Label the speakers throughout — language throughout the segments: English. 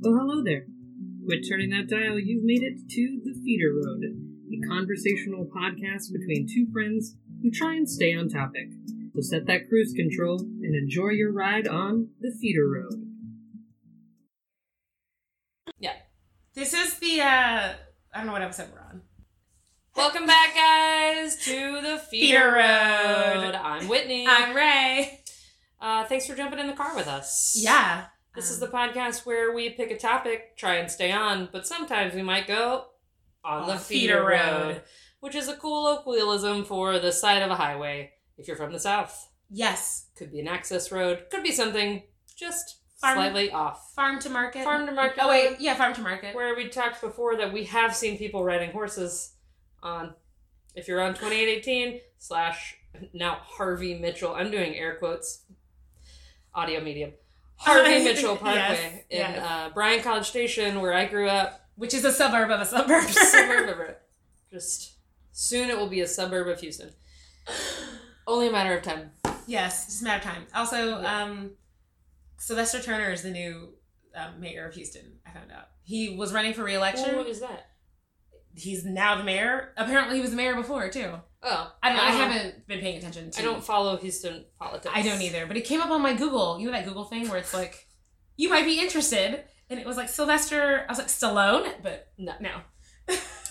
Speaker 1: Well, hello there. Quit turning that dial. You've made it to The Feeder Road, a conversational podcast between two friends who try and stay on topic. So set that cruise control and enjoy your ride on The Feeder Road.
Speaker 2: This is the uh I don't know what episode we're on. Welcome back, guys, to the
Speaker 3: Feeder
Speaker 2: Feeder
Speaker 3: Road.
Speaker 2: Road.
Speaker 3: I'm Whitney.
Speaker 2: I'm Ray.
Speaker 3: uh, thanks for jumping in the car with us.
Speaker 2: Yeah. Um,
Speaker 3: This is the podcast where we pick a topic, try and stay on, but sometimes we might go on, the feeder, road, which is a colloquialism for the side of a highway if you're from the south.
Speaker 2: yes
Speaker 3: Could be an access road, could be something just
Speaker 2: Farm-
Speaker 3: slightly off.
Speaker 2: farm to market.
Speaker 3: Farm to market.
Speaker 2: Oh wait, yeah, farm to market.
Speaker 3: Where we talked before that we have seen people riding horses on. If you're on 2818 slash now Harvey Mitchell, I'm doing air quotes, audio medium. Harvey Mitchell
Speaker 2: Yes,
Speaker 3: Parkway in
Speaker 2: yes.
Speaker 3: uh, Bryan College Station, where I grew up.
Speaker 2: Which is a suburb of a suburb.
Speaker 3: Suburb of it. Just soon it will be a suburb of Houston. Only a matter of time.
Speaker 2: yes, just a matter of time. Also,
Speaker 3: Yeah.
Speaker 2: um Sylvester Turner is the new um, mayor of Houston, I found out. He was running for reelection.
Speaker 3: What was that?
Speaker 2: He's now the mayor. Apparently he was the mayor before too.
Speaker 3: Oh,
Speaker 2: I don't know. I
Speaker 3: Uh-huh.
Speaker 2: haven't been paying attention to
Speaker 3: I don't follow Houston politics.
Speaker 2: I don't either, but it came up on my Google. You know that Google thing where it's like, you might be interested, and it was like Sylvester. I was like Stallone, but
Speaker 3: No.
Speaker 2: no.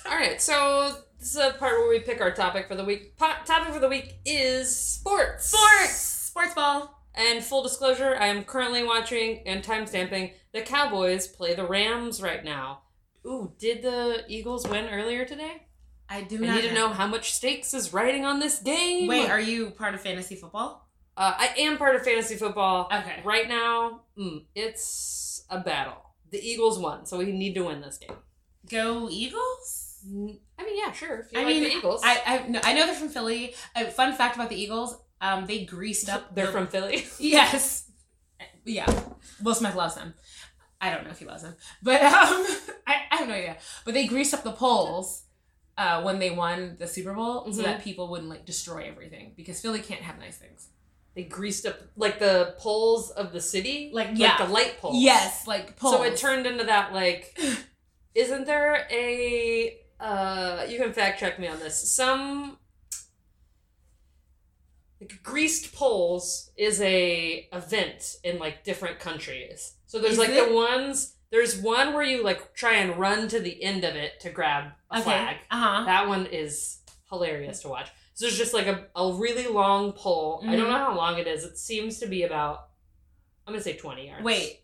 Speaker 3: All right, so this is a part where we pick our topic for the week. Po- topic for the week is sports.
Speaker 2: Sports, sports ball.
Speaker 3: And full disclosure, I am currently watching and timestamping the Cowboys play the Rams right now. Ooh, did the Eagles win earlier today?
Speaker 2: I do
Speaker 3: I need to know how much stakes is riding on this game.
Speaker 2: Wait, are you part of fantasy football?
Speaker 3: uh, I am part of fantasy football
Speaker 2: Okay.
Speaker 3: right now. Mm, it's a battle. The Eagles won, so we need to win this game.
Speaker 2: Go Eagles.
Speaker 3: Mm, I mean, yeah, sure. If you
Speaker 2: I
Speaker 3: like
Speaker 2: mean,
Speaker 3: the Eagles,
Speaker 2: I I, no, I know they're from Philly. A fun fact about the Eagles: um, they greased up.
Speaker 3: they're
Speaker 2: the-
Speaker 3: from Philly.
Speaker 2: Yes. Yeah. Will Smith loves them. I don't know if he loves them, but um, I, I have no idea. But they greased up the polls uh, when they won the Super Bowl so
Speaker 3: Mhm.
Speaker 2: that people wouldn't like destroy everything because Philly can't have nice things.
Speaker 3: They greased up like the poles of the city,
Speaker 2: Like, yeah.
Speaker 3: the light poles.
Speaker 2: Yes, like polls.
Speaker 3: So it turned into that like, isn't there a? uh You can fact check me on this. Some like greased poles is a event in like different countries. So there's
Speaker 2: Is
Speaker 3: like
Speaker 2: it?
Speaker 3: the ones. There's one where you like try and run to the end of it to grab a flag.
Speaker 2: Uh huh.
Speaker 3: That one is hilarious to watch. So there's just like a, a really long pole. I don't
Speaker 2: Mhm.
Speaker 3: know how long it is. It seems to be about, I'm going to say 20 yards.
Speaker 2: Wait.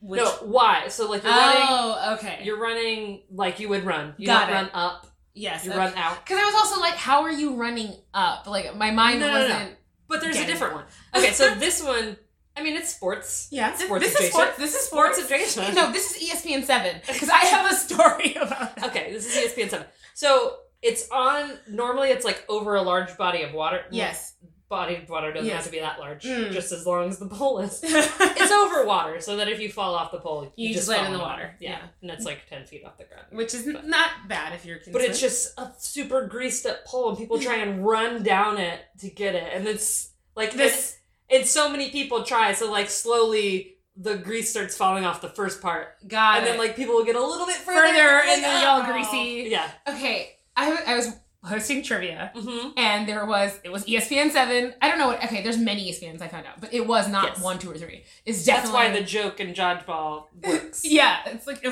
Speaker 2: Which-
Speaker 3: No, why? So like you're running,
Speaker 2: Oh, okay.
Speaker 3: you're running like you would run. You
Speaker 2: Got
Speaker 3: don't
Speaker 2: it.
Speaker 3: run up,
Speaker 2: yes.
Speaker 3: you
Speaker 2: okay.
Speaker 3: run out.
Speaker 2: Cause I was also like, how are you running up? Like my mind
Speaker 3: No, no, no,
Speaker 2: wasn't.
Speaker 3: But there's
Speaker 2: Okay.
Speaker 3: a different one. Okay, so this one, I mean, it's sports.
Speaker 2: Yeah.
Speaker 3: Sports
Speaker 2: this is
Speaker 3: adjacent.
Speaker 2: sports. This is
Speaker 3: Sports
Speaker 2: sports.
Speaker 3: adjacent.
Speaker 2: No, this is E ESPN seven because I have a story about that.
Speaker 3: Okay, this is E ESPN 7. So it's on, normally it's like over a large body of water.
Speaker 2: Yes.
Speaker 3: Body of water doesn't
Speaker 2: Yes.
Speaker 3: have to be that large,
Speaker 2: Mm.
Speaker 3: just as long as the pole is.
Speaker 2: it's
Speaker 3: it's over water, so that if you fall off the pole,
Speaker 2: You just land
Speaker 3: fall
Speaker 2: in the
Speaker 3: the
Speaker 2: water.
Speaker 3: Yeah.
Speaker 2: Yeah.
Speaker 3: and it's like ten feet off the ground.
Speaker 2: which is
Speaker 3: But-
Speaker 2: not bad if you're. Concerned.
Speaker 3: But it's just a super greased up pole, and people try and run down it to get it, and it's like this.
Speaker 2: this
Speaker 3: And, and so many people try, so like slowly the grease starts falling off the first part,
Speaker 2: got
Speaker 3: and then like people will get a little bit further,
Speaker 2: further
Speaker 3: like,
Speaker 2: and then
Speaker 3: "Oh."
Speaker 2: y'all greasy.
Speaker 3: Yeah.
Speaker 2: Okay, I wa- I was hosting trivia.
Speaker 3: Mm-hmm.
Speaker 2: And there was it was E ESPN seven. I don't know what. Okay, there's many E ESPNs I found out, but it was not
Speaker 3: Yes.
Speaker 2: one, two, or three. It's
Speaker 3: That's
Speaker 2: definitely
Speaker 3: why the joke in dodgeball works.
Speaker 2: yeah. It's like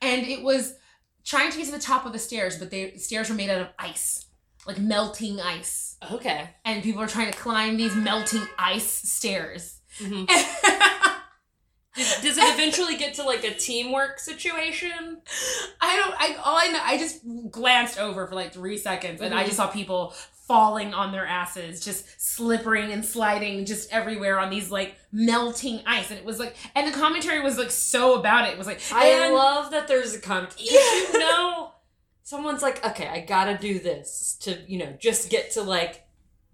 Speaker 2: and it was trying to get to the top of the stairs, but the stairs were made out of ice, like melting ice,
Speaker 3: Okay.
Speaker 2: and people were trying to climb these melting ice stairs.
Speaker 3: hmm Does it eventually get to like a teamwork situation?
Speaker 2: I don't. I all I know. I just glanced over for like three seconds, and I
Speaker 3: Mhm.
Speaker 2: just saw people falling on their asses, just slippering and sliding, just everywhere on these like melting ice. And it was like, and the commentary was like so about it. It was like,
Speaker 3: I
Speaker 2: and-
Speaker 3: love that there's a comment. Did
Speaker 2: Yeah.
Speaker 3: you know someone's like, okay, I gotta do this to, you know, just get to like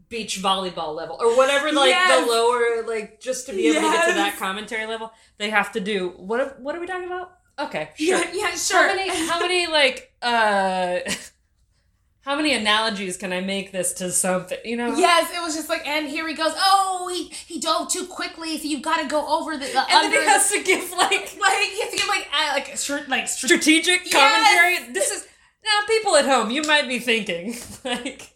Speaker 3: beach volleyball level or whatever, like
Speaker 2: Yes.
Speaker 3: the lower, like just to be able to get to that
Speaker 2: Yes.
Speaker 3: commentary level, they have to do what? What are we talking about? Okay, sure.
Speaker 2: yeah, yeah,
Speaker 3: How
Speaker 2: sure.
Speaker 3: many? How many? Like, uh, how many analogies can I make this to something? You know?
Speaker 2: Yes, it was just like, and here he goes. Oh, he, he dove too quickly. So you've got to go over the. the
Speaker 3: And
Speaker 2: under
Speaker 3: then he has to give like
Speaker 2: the- like he has to give like uh, like str- like str-
Speaker 3: strategic
Speaker 2: Yes!
Speaker 3: commentary. This is now people at home, you might be thinking like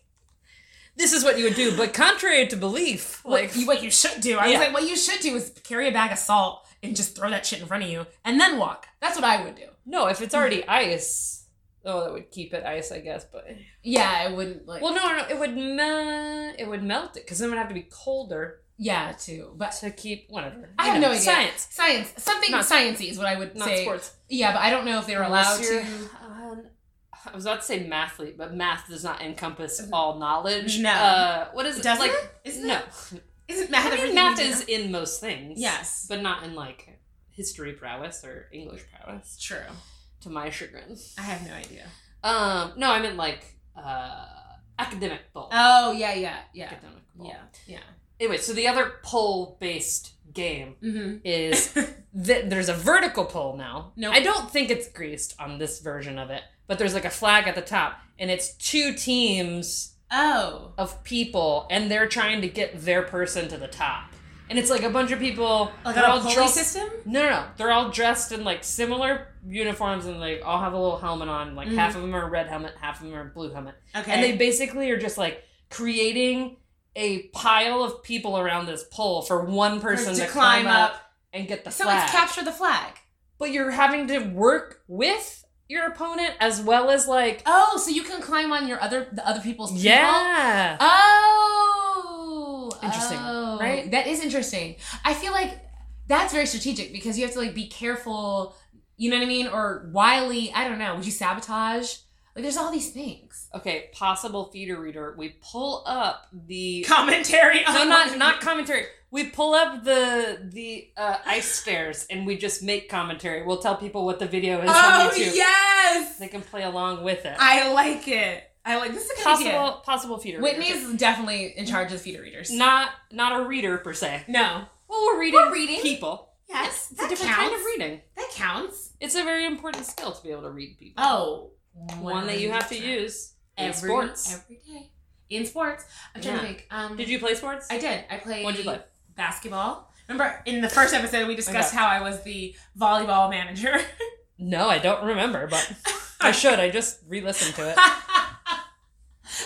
Speaker 3: this is what you would do, but contrary to belief, like
Speaker 2: what, you, what you should do. I
Speaker 3: Yeah.
Speaker 2: was like, what you should do is carry a bag of salt and just throw that shit in front of you, and then walk. That's what I would do.
Speaker 3: no, if it's already ice, oh, that would keep it ice, I guess. But
Speaker 2: Yeah, I wouldn't like.
Speaker 3: well, no, no, it would mel- it would melt it because then it would have to be colder
Speaker 2: yeah, too. But
Speaker 3: to keep whatever.
Speaker 2: I
Speaker 3: You
Speaker 2: have
Speaker 3: know,
Speaker 2: no idea.
Speaker 3: Science,
Speaker 2: science, something
Speaker 3: Not-
Speaker 2: sciencey is what I would
Speaker 3: not
Speaker 2: say.
Speaker 3: sports.
Speaker 2: Yeah, but I don't know if they were allowed
Speaker 3: Unless you're-
Speaker 2: to.
Speaker 3: um, I was about to say mathlete, but math does not encompass all knowledge.
Speaker 2: No.
Speaker 3: uh, what is Mm-hmm. it?
Speaker 2: Doesn't
Speaker 3: like?
Speaker 2: it? Isn't
Speaker 3: no,
Speaker 2: it? Isn't
Speaker 3: I
Speaker 2: math?
Speaker 3: mean,
Speaker 2: everything
Speaker 3: math
Speaker 2: you do?
Speaker 3: is in most things.
Speaker 2: Yes.
Speaker 3: But not in like history prowess or English prowess,
Speaker 2: true.
Speaker 3: to my chagrin.
Speaker 2: I have no idea.
Speaker 3: Um, no, I meant like uh, academic bowl.
Speaker 2: Oh yeah, yeah, yeah,
Speaker 3: Academic bowl.
Speaker 2: yeah, yeah.
Speaker 3: Anyway, so the other pole based game
Speaker 2: Mm-hmm.
Speaker 3: is th- there's a vertical pole now.
Speaker 2: Nope.
Speaker 3: I don't think it's greased on this version of it, but there's like a flag at the top, and it's two teams
Speaker 2: Oh,
Speaker 3: of people, and they're trying to get their person to the top. And it's like a bunch of people.
Speaker 2: like
Speaker 3: they're
Speaker 2: a
Speaker 3: all
Speaker 2: pulley
Speaker 3: dressed-
Speaker 2: system.
Speaker 3: No, no, no. They're all dressed in like similar uniforms and they all have a little helmet on. Like
Speaker 2: Mhm.
Speaker 3: half of them are red helmet, half of them are blue helmet.
Speaker 2: Okay.
Speaker 3: And they basically are just like creating a pile of people around this pole for one person to, climb, up, and get the
Speaker 2: so
Speaker 3: flag.
Speaker 2: it's capture the flag.
Speaker 3: but you're having to work with your opponent as well as like
Speaker 2: Oh, so you can climb on your other the other
Speaker 3: Oh,
Speaker 2: people's people?
Speaker 3: yeah.
Speaker 2: Oh,
Speaker 3: Interesting,
Speaker 2: Oh.
Speaker 3: right?
Speaker 2: That is interesting. I feel like that's very strategic because you have to like be careful. You know what I mean? Or wily. I don't know. Would you sabotage? Like, there's all these things.
Speaker 3: Okay, possible theater reader. We pull up the
Speaker 2: Commentary.
Speaker 3: No, uh, not not commentary. We pull up the the uh, ice stairs and we just make commentary. We'll tell people what the video is on
Speaker 2: Oh
Speaker 3: YouTube.
Speaker 2: yes,
Speaker 3: They can play along with it.
Speaker 2: I like it. I like this is a good
Speaker 3: possible
Speaker 2: idea.
Speaker 3: possible feeder. readers.
Speaker 2: Whitney's definitely in charge of theater readers.
Speaker 3: not not a reader per se.
Speaker 2: no.
Speaker 3: Well, we're reading,
Speaker 2: We're reading.
Speaker 3: people.
Speaker 2: Yes,
Speaker 3: It's a different kind of reading.
Speaker 2: That counts.
Speaker 3: It's a very important skill to be able to read people.
Speaker 2: Oh,
Speaker 3: one that you have to
Speaker 2: 100%.
Speaker 3: use in
Speaker 2: every
Speaker 3: sports.
Speaker 2: every day in sports. I'm trying to
Speaker 3: Yeah.
Speaker 2: think. Um,
Speaker 3: Did you play sports?
Speaker 2: I did. I played.
Speaker 3: What'd you play?
Speaker 2: Basketball. Remember in the first episode we discussed how I was the volleyball manager.
Speaker 3: No, I don't remember, but I should. I just re-listened to it.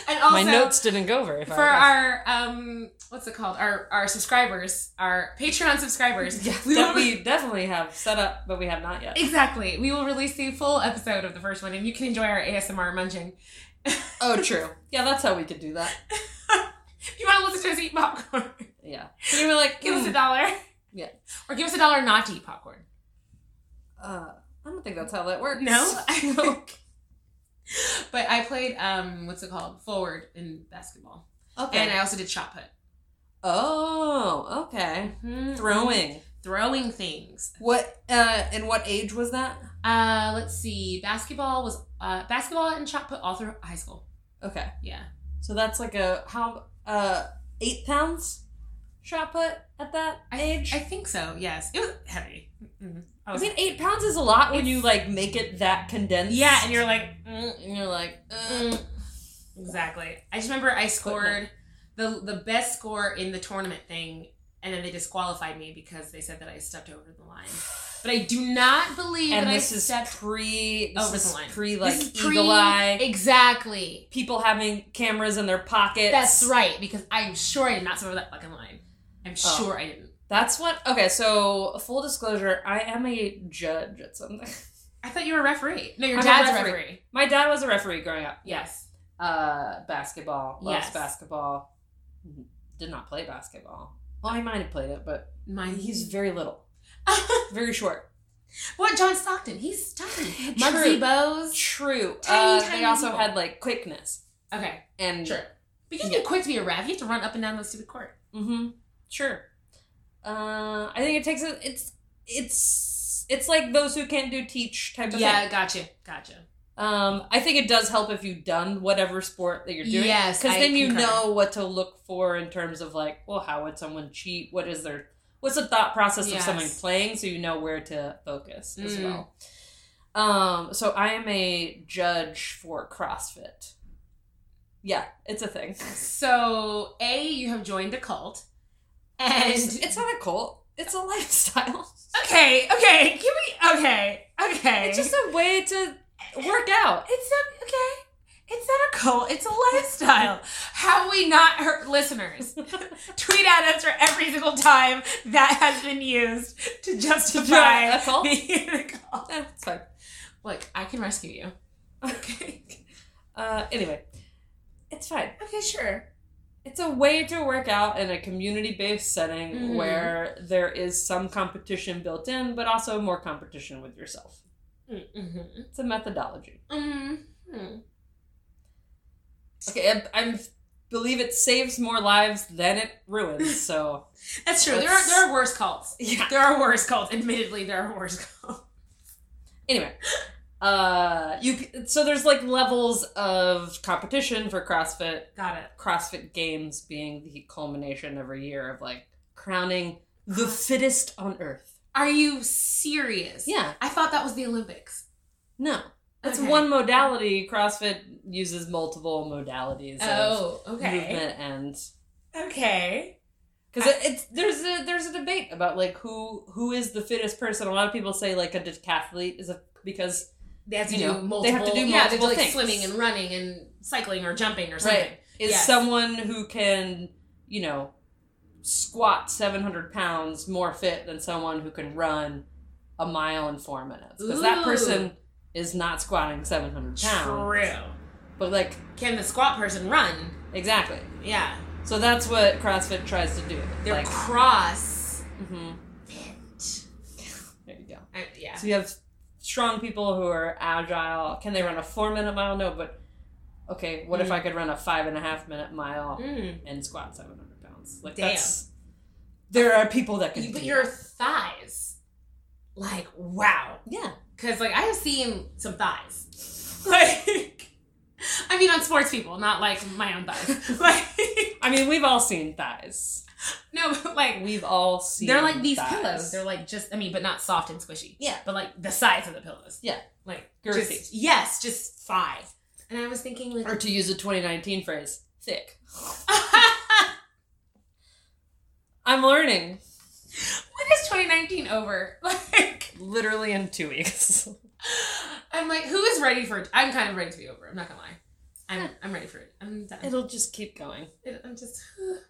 Speaker 2: and also
Speaker 3: My notes didn't go very far.
Speaker 2: for our um what's it called our our subscribers our patreon subscribers
Speaker 3: Yeah,
Speaker 2: we
Speaker 3: that
Speaker 2: will-
Speaker 3: we definitely have set up, but we have not yet.
Speaker 2: exactly we will release the full episode of the first one and you can enjoy our asmr munching
Speaker 3: Oh, true. Yeah, that's how we could do that.
Speaker 2: if you want to listen to us eat popcorn
Speaker 3: Yeah. And you were like,
Speaker 2: give us a
Speaker 3: "Mm,
Speaker 2: dollar
Speaker 3: Yeah.
Speaker 2: or give us a dollar not to eat popcorn
Speaker 3: uh, I don't think that's how that works.
Speaker 2: no i know but i played um what's it called forward in basketball
Speaker 3: Okay.
Speaker 2: and i also did shot put
Speaker 3: oh, okay. Throwing.
Speaker 2: throwing things
Speaker 3: What? Uh, and what age was that?
Speaker 2: uh let's see basketball was uh basketball and shot put all through high school
Speaker 3: Okay.
Speaker 2: yeah
Speaker 3: So that's like a how uh eight pounds shot put at that age.
Speaker 2: I think so. Yes, it was heavy. Mm-hmm. I
Speaker 3: I
Speaker 2: was,
Speaker 3: mean, eight pounds is a lot when
Speaker 2: It's-
Speaker 3: you like make it that condensed.
Speaker 2: yeah, and you're like
Speaker 3: Mm, and you're like, uh,
Speaker 2: mm. exactly. I just remember I scored the the best score in the tournament thing, and then they disqualified me because they said that I stepped over the line. But I do not believe
Speaker 3: and
Speaker 2: that
Speaker 3: this
Speaker 2: I
Speaker 3: is
Speaker 2: stepped
Speaker 3: pre this
Speaker 2: over the
Speaker 3: is
Speaker 2: line.
Speaker 3: pre like
Speaker 2: This is
Speaker 3: eagle eye
Speaker 2: exactly.
Speaker 3: people having cameras in their pockets.
Speaker 2: That's right because I'm sure I did not step over that fucking line. I'm
Speaker 3: Oh.
Speaker 2: sure I didn't.
Speaker 3: That's what. Okay, so full disclosure, I am a judge at something.
Speaker 2: I thought you were a referee. No, your
Speaker 3: I'm a
Speaker 2: dad's a
Speaker 3: referee.
Speaker 2: referee.
Speaker 3: My dad was a referee growing up.
Speaker 2: Yes.
Speaker 3: Uh, basketball. Loves
Speaker 2: Yes.
Speaker 3: basketball. Did not play basketball. Well, I might have played it, but
Speaker 2: Mine.
Speaker 3: he's very little, very short.
Speaker 2: What John Stockton? He's tiny.
Speaker 3: True.
Speaker 2: Muggsy Bowes.
Speaker 3: True.
Speaker 2: Tiny,
Speaker 3: uh,
Speaker 2: tiny
Speaker 3: they also
Speaker 2: people.
Speaker 3: had like quickness
Speaker 2: Okay,
Speaker 3: and.
Speaker 2: sure. But you have to be quick to be a ref. You have to run up and down the stupid court.
Speaker 3: Mm-hmm. Sure. Uh, I think it takes a, it's it's it's like those who can't do teach type of thing.
Speaker 2: gotcha, gotcha.
Speaker 3: Um, I think it does help if you've done whatever sport that you're doing.
Speaker 2: Yes,
Speaker 3: because
Speaker 2: I
Speaker 3: then you
Speaker 2: concur.
Speaker 3: know what to look for in terms of like, well, how would someone cheat? What is their what's the thought process of
Speaker 2: Yes.
Speaker 3: someone playing? So you know where to focus as
Speaker 2: Mm.
Speaker 3: well. Um, so I am a judge for CrossFit. Yeah, it's a thing.
Speaker 2: So, A, you have joined a cult. And
Speaker 3: It's- it's not a cult. It's a lifestyle.
Speaker 2: okay, okay, give me okay, okay.
Speaker 3: It's just a way to work out.
Speaker 2: It's not okay. It's not a cult. It's a lifestyle. How we not hurt listeners? Tweet at us for every single time that has been used to justify
Speaker 3: That's all.
Speaker 2: being a cult.
Speaker 3: Yeah, it's fine.
Speaker 2: Look, I can rescue you.
Speaker 3: Okay. Uh, anyway, it's fine.
Speaker 2: Okay, sure.
Speaker 3: It's a way to work out in a community based setting
Speaker 2: Mhm.
Speaker 3: where there is some competition built in, but also more competition with yourself.
Speaker 2: Mm-hmm.
Speaker 3: It's a methodology.
Speaker 2: Mm-hmm.
Speaker 3: Okay, I, I believe it saves more lives than it ruins, so.
Speaker 2: That's true. There are there are worse cults.
Speaker 3: yeah.
Speaker 2: There are worse cults. Admittedly, there are worse cults.
Speaker 3: Anyway. Uh, you c- so there's like levels of competition for CrossFit
Speaker 2: Got it.
Speaker 3: CrossFit Games being the culmination every year of like crowning the fittest on earth.
Speaker 2: Are you serious?
Speaker 3: Yeah,
Speaker 2: I thought that was the Olympics.
Speaker 3: no. It's
Speaker 2: Okay.
Speaker 3: one modality. CrossFit uses multiple modalities
Speaker 2: Oh,
Speaker 3: of
Speaker 2: okay.
Speaker 3: movement and
Speaker 2: Okay.
Speaker 3: because it, it's there's a there's a debate about like who who is the fittest person. A lot of people say like a decathlete is a because
Speaker 2: They have to
Speaker 3: You
Speaker 2: do
Speaker 3: know,
Speaker 2: multiple.
Speaker 3: they have to do
Speaker 2: yeah, they do
Speaker 3: multiple
Speaker 2: like
Speaker 3: things.
Speaker 2: swimming and running and cycling or jumping or something.
Speaker 3: is
Speaker 2: Yes.
Speaker 3: someone who can you know squat seven hundred pounds more fit than someone who can run a mile in four minutes because that
Speaker 2: Ooh.
Speaker 3: person is not squatting seven hundred pounds.
Speaker 2: True.
Speaker 3: But like
Speaker 2: Can the squat person run?
Speaker 3: exactly.
Speaker 2: Yeah.
Speaker 3: So that's what CrossFit tries to do.
Speaker 2: They're
Speaker 3: like,
Speaker 2: cross.
Speaker 3: mhm.
Speaker 2: bent.
Speaker 3: There you go.
Speaker 2: I, yeah.
Speaker 3: So you have strong people who are agile. Can they run a four minute mile? No, but okay, what if
Speaker 2: Mm.
Speaker 3: I could run a five and a half minute mile
Speaker 2: Mm.
Speaker 3: and squat 700 pounds? Like,
Speaker 2: Damn.
Speaker 3: that's. There are people that can.
Speaker 2: You- But
Speaker 3: do
Speaker 2: your
Speaker 3: that.
Speaker 2: thighs, like wow,
Speaker 3: Yeah.
Speaker 2: because like I have seen some thighs, like. I mean, on sports people, not like my own thighs. Like,
Speaker 3: I mean, we've all seen thighs.
Speaker 2: no, but like
Speaker 3: We've all seen.
Speaker 2: they're like these
Speaker 3: thighs.
Speaker 2: pillows. They're like just, I mean, but not soft and squishy.
Speaker 3: Yeah.
Speaker 2: but like the size of the pillows.
Speaker 3: Yeah.
Speaker 2: like
Speaker 3: Girthy.
Speaker 2: just- yes, just thigh. And I was thinking
Speaker 3: Or
Speaker 2: like,
Speaker 3: to use a 2019 phrase, thick. I'm learning
Speaker 2: when is 2019 over? Like,
Speaker 3: literally in two weeks.
Speaker 2: I'm like, who is ready for? it? I'm kind of ready to be over. I'm not gonna lie. I'm I'm ready for it. I'm done.
Speaker 3: It'll just keep going.
Speaker 2: It, I'm just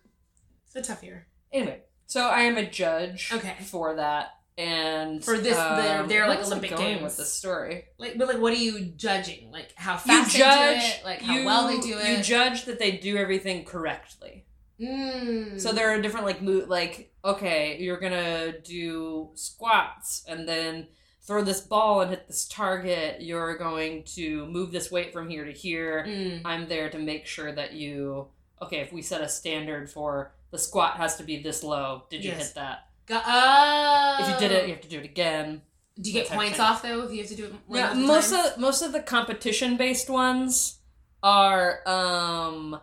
Speaker 2: it's a tough year
Speaker 3: Anyway, so I am a judge.
Speaker 2: Okay.
Speaker 3: For that and
Speaker 2: For this- their- their, like,
Speaker 3: where was I
Speaker 2: Olympic
Speaker 3: going
Speaker 2: Games.
Speaker 3: with this story.
Speaker 2: like but like what are you judging like how fast they do it like how
Speaker 3: you-
Speaker 2: well they do it
Speaker 3: You judge that they do everything correctly.
Speaker 2: mm.
Speaker 3: So there are different like mo- like okay, you're gonna do squats and then throw this ball and hit this target. You're going to move this weight from here to here.
Speaker 2: mm.
Speaker 3: I'm there to make sure that you okay. If we set a standard for the squat has to be this low, did you
Speaker 2: Yes.
Speaker 3: hit that?
Speaker 2: Go- oh
Speaker 3: If you did it, you have to do it again.
Speaker 2: do you get
Speaker 3: Protection.
Speaker 2: points off though if you have to do it more
Speaker 3: Yeah,
Speaker 2: than
Speaker 3: most
Speaker 2: times?
Speaker 3: of most of the competition based ones are um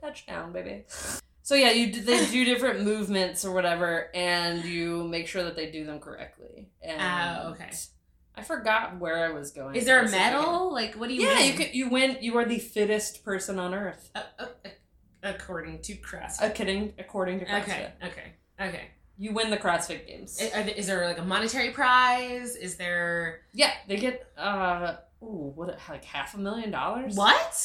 Speaker 3: touchdown, baby. So yeah, you d- they do different movements or whatever, and you make sure that they do them correctly. And
Speaker 2: Oh, okay.
Speaker 3: I forgot where I was going.
Speaker 2: is there a
Speaker 3: with this again.
Speaker 2: medal like what do you
Speaker 3: yeah,
Speaker 2: win?
Speaker 3: you could you win. You are the fittest person on earth.
Speaker 2: Uh, uh, uh, according to CrossFit
Speaker 3: Uh, kidding, according to CrossFit,
Speaker 2: okay uh, okay okay
Speaker 3: you win the CrossFit Games.
Speaker 2: I- are there- is there like a monetary prize is there
Speaker 3: yeah, they get uh ooh what like half a million dollars.
Speaker 2: what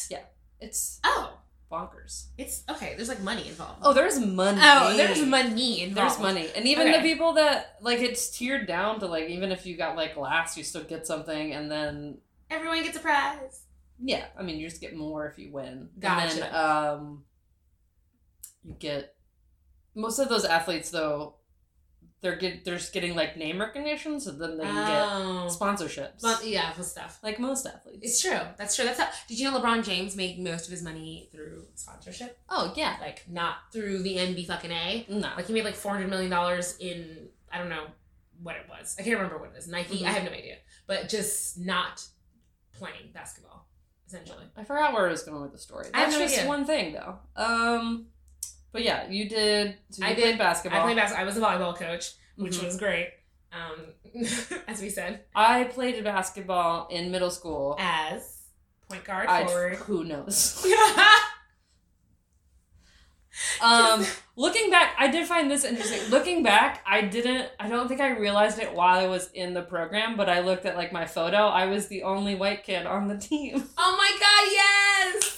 Speaker 3: It's
Speaker 2: oh
Speaker 3: bonkers.
Speaker 2: it's okay there's like money involved
Speaker 3: Oh, there's money.
Speaker 2: Oh, there's money involved.
Speaker 3: There's money. And even
Speaker 2: Okay.
Speaker 3: the people that like it's tiered down to like even if you got like last, you still get something and then
Speaker 2: Everyone gets a prize.
Speaker 3: yeah, I mean you just get more if you win. And then
Speaker 2: Gotcha.
Speaker 3: um you get most of those athletes though they're get they're just getting like name recognition so then they can
Speaker 2: Oh.
Speaker 3: get sponsorships.
Speaker 2: But yeah, for stuff.
Speaker 3: like most athletes.
Speaker 2: It's true. That's true. That's how. Did you know LeBron James made most of his money through sponsorship?
Speaker 3: Oh yeah.
Speaker 2: Like not through the NB fucking A.
Speaker 3: No.
Speaker 2: Like he made like four hundred million dollars in I don't know what it was. I can't remember what it is. Nike. I
Speaker 3: Mhm.
Speaker 2: have no idea. But just not playing basketball, essentially.
Speaker 3: I forgot where I was going with the story.
Speaker 2: I have
Speaker 3: That's
Speaker 2: no
Speaker 3: just
Speaker 2: idea.
Speaker 3: one thing though. Um but yeah, you did so you
Speaker 2: I
Speaker 3: played
Speaker 2: did.
Speaker 3: basketball.
Speaker 2: I played basketball. I was a volleyball coach, which
Speaker 3: Mhm.
Speaker 2: was great. Um, as we said,
Speaker 3: I played basketball in middle school.
Speaker 2: as point guard
Speaker 3: I
Speaker 2: forward. Oh
Speaker 3: who knows? Um, looking back, I did find this interesting. Looking back, I didn't. I don't think I realized it while I was in the program, but I looked at like my photo. I was the only white kid on the team.
Speaker 2: Oh my god, yes!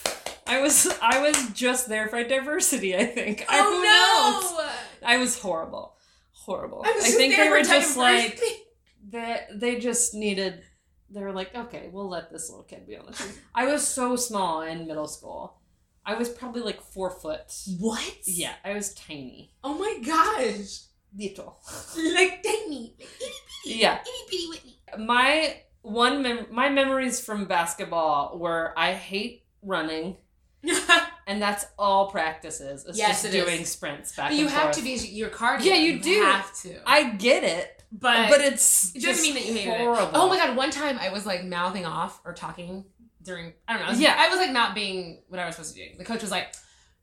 Speaker 3: I was. I was just there for diversity. I think. I, who
Speaker 2: oh
Speaker 3: knows?
Speaker 2: no!
Speaker 3: I was horrible. Horrible.
Speaker 2: I was just
Speaker 3: think
Speaker 2: there
Speaker 3: they were
Speaker 2: for
Speaker 3: just like
Speaker 2: diversity.
Speaker 3: they they just needed they were like okay we'll let this little kid be on the team i was so small in middle school i was probably like four foot
Speaker 2: What?
Speaker 3: yeah i was tiny
Speaker 2: Oh my gosh.
Speaker 3: little
Speaker 2: Like tiny. Like itty
Speaker 3: yeah
Speaker 2: itty bitty Whitney.
Speaker 3: my one mem- my memories from basketball were i hate running and that's all practices it's
Speaker 2: Yes,
Speaker 3: just
Speaker 2: it is.
Speaker 3: doing sprints back
Speaker 2: but you
Speaker 3: and
Speaker 2: have
Speaker 3: forth.
Speaker 2: to be your cardio.
Speaker 3: Yeah, you do.
Speaker 2: have to.
Speaker 3: i get it
Speaker 2: but,
Speaker 3: but it's
Speaker 2: it
Speaker 3: just
Speaker 2: doesn't mean that you hated
Speaker 3: horrible.
Speaker 2: it. Oh my god, one time I was like mouthing off or talking during I don't know. I was-
Speaker 3: Yeah.
Speaker 2: I was like not being what I was supposed to be doing. The coach was like,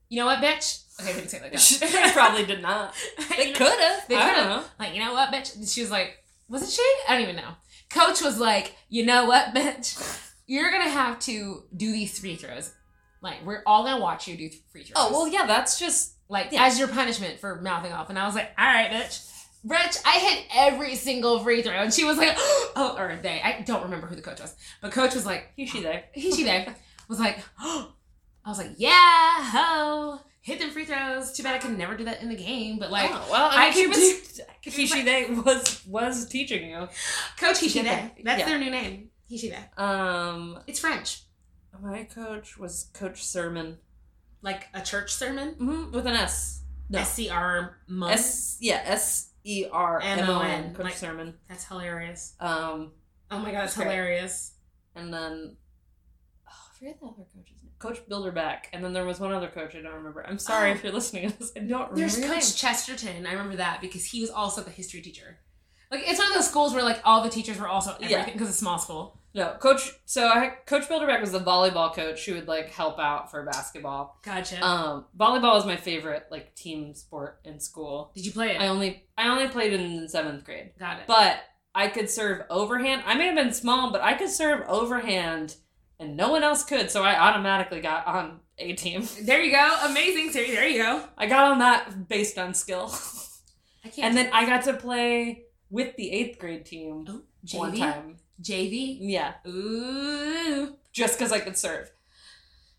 Speaker 2: "You know what, bitch?" Okay, I couldn't say it like
Speaker 3: They
Speaker 2: that.
Speaker 3: probably did not they
Speaker 2: You know,
Speaker 3: could have
Speaker 2: They
Speaker 3: i
Speaker 2: could've.
Speaker 3: don't know
Speaker 2: Like, "You know what, bitch?" And she was like, "Was it she?" I don't even know. Coach was like, "You know what, bitch? You're going to have to do these free throws. Like, we're all going to watch you do th- free throws."
Speaker 3: oh well yeah that's just
Speaker 2: like
Speaker 3: Yeah.
Speaker 2: as your punishment for mouthing off. And I was like, all right, bitch. Bitch, I hit every single free throw. And she was like, oh, or they. I don't remember who the coach was. But coach was like,
Speaker 3: you she there
Speaker 2: he, she, they. Was like, oh. I was like, yeah, ho. Hit them free throws. Too bad I could never do that in the game. But like,
Speaker 3: oh, well,
Speaker 2: I
Speaker 3: I, mean, she
Speaker 2: can
Speaker 3: was, Kishi Day was was teaching you.
Speaker 2: coach, he, she, they. That's
Speaker 3: Yeah.
Speaker 2: their new name. He, she, they.
Speaker 3: Um,
Speaker 2: It's French.
Speaker 3: my coach was Coach Sermon
Speaker 2: Like a church sermon.
Speaker 3: mm-hmm, with an S. No.
Speaker 2: S-C-R monk.
Speaker 3: S yeah Um, S E R M O
Speaker 2: M-O-N,
Speaker 3: N Coach
Speaker 2: like-
Speaker 3: Sermon.
Speaker 2: That's hilarious.
Speaker 3: Um,
Speaker 2: Oh my god, it's
Speaker 3: That's great.
Speaker 2: hilarious.
Speaker 3: and then oh, I forget the other coach's name. Coach Bilderback, and then there was one other coach I don't remember. I'm sorry
Speaker 2: Oh.
Speaker 3: if you're listening to this. I don't remember.
Speaker 2: There's
Speaker 3: your
Speaker 2: Coach
Speaker 3: name.
Speaker 2: Chesterton. I remember that because he was also the history teacher. Like it's one of those schools where like all the teachers were also everything
Speaker 3: Yeah.
Speaker 2: because it's a small school.
Speaker 3: No, Coach. So I, Coach Bilderback was the volleyball coach who would like help out for basketball.
Speaker 2: Gotcha.
Speaker 3: Um, volleyball was my favorite like team sport in school.
Speaker 2: Did you play it?
Speaker 3: I only I only played it in seventh grade,
Speaker 2: Got it.
Speaker 3: but I could serve overhand. I may have been small, but I could serve overhand, and no one else could. So I automatically got on a team.
Speaker 2: there you go. Amazing series. There you go.
Speaker 3: I got on that based on skill,
Speaker 2: I can't.
Speaker 3: and then I got to play with the eighth grade team
Speaker 2: oh,
Speaker 3: one
Speaker 2: JV.
Speaker 3: time.
Speaker 2: JV.
Speaker 3: Yeah,
Speaker 2: Ooh.
Speaker 3: just because I could serve,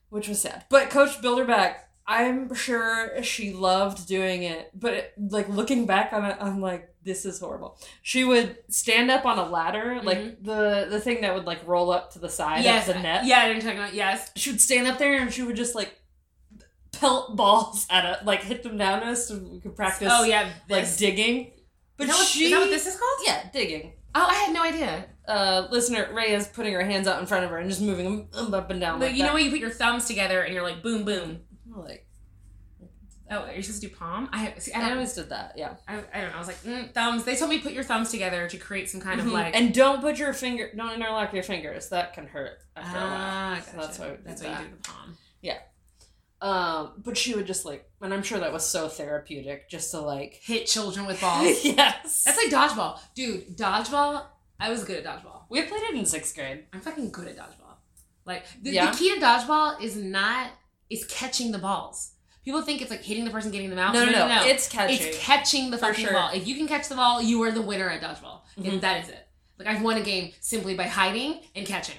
Speaker 3: which was sad. But Coach Bilderback, I'm sure she loved doing it. But it, like looking back on it, I'm like, this is horrible. She would stand up on a ladder, like the the thing that would like roll up to the side
Speaker 2: Mm-hmm. yes.
Speaker 3: of the net.
Speaker 2: Yeah, I didn't talk about yes.
Speaker 3: She would stand up there and she would just like pelt balls at it, like hit them down us so we could practice.
Speaker 2: oh yeah.
Speaker 3: like
Speaker 2: This.
Speaker 3: digging. But
Speaker 2: is, that what,
Speaker 3: she,
Speaker 2: is that what this is called?
Speaker 3: yeah, digging.
Speaker 2: Oh, I had no idea.
Speaker 3: Uh, listener Ray is putting her hands out in front of her and just moving them up and down.
Speaker 2: Like,
Speaker 3: like
Speaker 2: you
Speaker 3: that.
Speaker 2: know when you put your thumbs together and you're like boom boom.
Speaker 3: Like
Speaker 2: Oh, are you supposed to do palm? I see, I
Speaker 3: I
Speaker 2: don't.
Speaker 3: always did that, yeah.
Speaker 2: I, I don't know. I was like mm, thumbs. They told me put your thumbs together to create some kind
Speaker 3: Mhm.
Speaker 2: of like.
Speaker 3: and don't put your finger, don't interlock your fingers. That can hurt after a while.
Speaker 2: Ah,
Speaker 3: So
Speaker 2: gotcha.
Speaker 3: that's why we did
Speaker 2: that's why
Speaker 3: that.
Speaker 2: you do the palm.
Speaker 3: Um, but she would just like, and I'm sure that was so therapeutic, just to like,
Speaker 2: Hit children with balls.
Speaker 3: yes.
Speaker 2: that's like dodgeball, dude. Dodgeball. I was good at dodgeball.
Speaker 3: we played it in sixth grade.
Speaker 2: I'm fucking good at dodgeball. Like the,
Speaker 3: Yeah.
Speaker 2: the key to dodgeball is not is catching the balls. People think it's like hitting the person, getting them out.
Speaker 3: No, no, no, It's catchy.
Speaker 2: It's catching the
Speaker 3: For
Speaker 2: fucking
Speaker 3: sure.
Speaker 2: ball. If you can catch the ball, you are the winner at dodgeball. And
Speaker 3: Mhm.
Speaker 2: that is it. Like I've won a game simply by hiding and catching.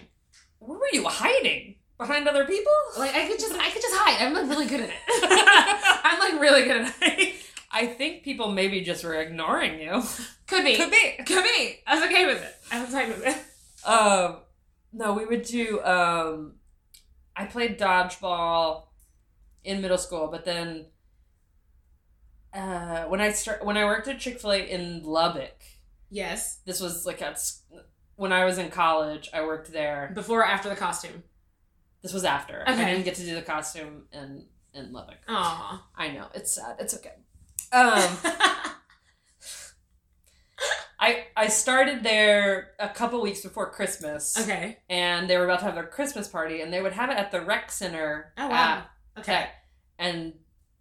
Speaker 3: Where were you hiding behind other people?
Speaker 2: Like I could just, I could just hide. I'm like really good at it. I'm like really good at it.
Speaker 3: I think people maybe just were ignoring you.
Speaker 2: Could be.
Speaker 3: Could be.
Speaker 2: Come me. I was okay with it. I was fine with it.
Speaker 3: Um, no, we would do. Um, I played dodgeball in middle school, but then uh, when I start when I worked at Chick Fil A in Lubbock,
Speaker 2: Yes.
Speaker 3: this was like at s- when I was in college. I worked there.
Speaker 2: Before or after the costume.
Speaker 3: This was after
Speaker 2: Okay. Oh.
Speaker 3: I didn't get to do the costume in in Lubbock.
Speaker 2: Aw.
Speaker 3: I know it's sad. It's okay. Um, I I started there a couple weeks before Christmas,
Speaker 2: okay.
Speaker 3: and they were about to have their Christmas party, and they would have it at the rec center.
Speaker 2: Oh, wow.
Speaker 3: at
Speaker 2: Okay.
Speaker 3: Okay. And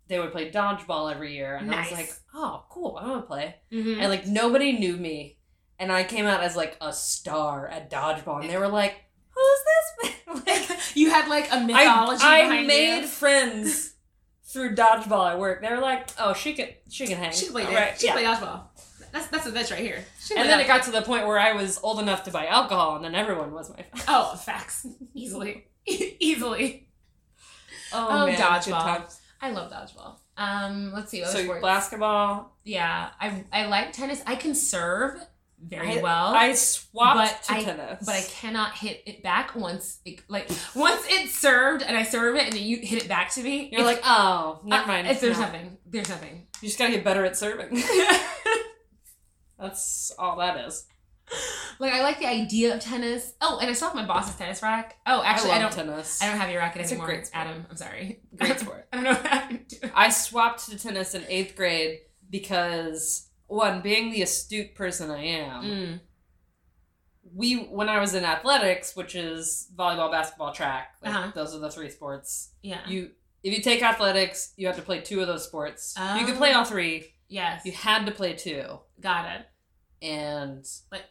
Speaker 3: they would play dodgeball every year. And I was
Speaker 2: Nice.
Speaker 3: like, oh, cool, I want to play.
Speaker 2: Mm-hmm.
Speaker 3: And like nobody knew me. And I came out as like a star at dodgeball. And they were like, who's this? man?" like,
Speaker 2: you had like a mythology
Speaker 3: I, I
Speaker 2: behind
Speaker 3: made
Speaker 2: you.
Speaker 3: friends threw dodgeball at work. They were like, "Oh, she can, she can hang."
Speaker 2: She can play
Speaker 3: All
Speaker 2: that.
Speaker 3: right,
Speaker 2: She
Speaker 3: yeah.
Speaker 2: can play dodgeball. That's that's a bitch right here. She can
Speaker 3: And
Speaker 2: play
Speaker 3: then it
Speaker 2: dodgeball.
Speaker 3: got to the point where I was old enough to buy alcohol, and then everyone was my. friend.
Speaker 2: oh facts easily easily. Oh,
Speaker 3: man,
Speaker 2: dodgeball.
Speaker 3: good times.
Speaker 2: I love dodgeball. Um, let's see. Other
Speaker 3: So
Speaker 2: sports.
Speaker 3: basketball.
Speaker 2: yeah, I I like tennis. I can serve very
Speaker 3: I-
Speaker 2: well.
Speaker 3: I swapped
Speaker 2: Oh, But
Speaker 3: to
Speaker 2: I-
Speaker 3: tennis,
Speaker 2: but I cannot hit it back once, it, like once it's served and I serve it and then you hit it back to me.
Speaker 3: you're
Speaker 2: it's-
Speaker 3: like, oh,
Speaker 2: uh,
Speaker 3: never mind.
Speaker 2: it's- there's
Speaker 3: No.
Speaker 2: nothing. There's nothing.
Speaker 3: You just gotta get better at serving. That's all that is.
Speaker 2: Like I like the idea of tennis. Oh, and I still have my boss's tennis rack. Oh, actually, I,
Speaker 3: I love
Speaker 2: don't.
Speaker 3: tennis.
Speaker 2: I don't have your racket
Speaker 3: It's a
Speaker 2: anymore,
Speaker 3: great sport.
Speaker 2: Adam. I'm sorry.
Speaker 3: Great sport.
Speaker 2: I don't know what happened to it.
Speaker 3: I swapped to tennis in eighth grade because one, being the astute person I am,
Speaker 2: Mm.
Speaker 3: we when I was in athletics, which is volleyball, basketball, track, like,
Speaker 2: Uh-huh.
Speaker 3: those are the three sports.
Speaker 2: Yeah.
Speaker 3: You if you take athletics, you have to play two of those sports. You could
Speaker 2: Oh.
Speaker 3: play all three.
Speaker 2: yes.
Speaker 3: You had to play two,
Speaker 2: Got it.
Speaker 3: and
Speaker 2: But-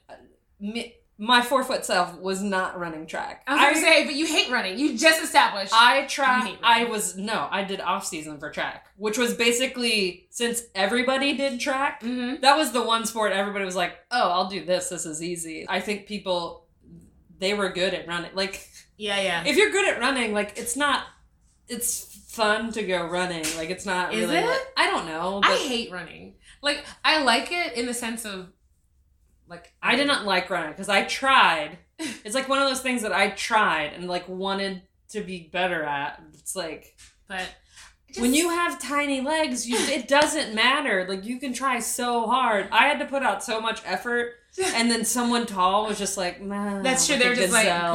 Speaker 3: me, my four foot self was not running track.
Speaker 2: I was gonna say, but you hate running. You just established.
Speaker 3: I
Speaker 2: You
Speaker 3: track.
Speaker 2: hate
Speaker 3: I
Speaker 2: running.
Speaker 3: was no. I did off season for track, which was basically since everybody did track.
Speaker 2: hmm
Speaker 3: That was the one sport everybody was like, "Oh, I'll do this. This is easy." I think people they were good at running. Like
Speaker 2: Yeah, yeah.
Speaker 3: if you're good at running, like it's not. It's fun to go running. Like it's not
Speaker 2: Is
Speaker 3: really.
Speaker 2: it?
Speaker 3: I don't know. But
Speaker 2: I
Speaker 3: I,
Speaker 2: hate running. Like I like it in the sense of, like
Speaker 3: did not like running because I tried. It's like one of those things that I tried and like wanted to be better at. It's like.
Speaker 2: But
Speaker 3: when you have tiny legs, you, it doesn't matter. Like you can try so hard. I had to put out so much effort, and then someone tall was just like, "Nah."
Speaker 2: that's true.
Speaker 3: like a
Speaker 2: They're just like
Speaker 3: gazelle."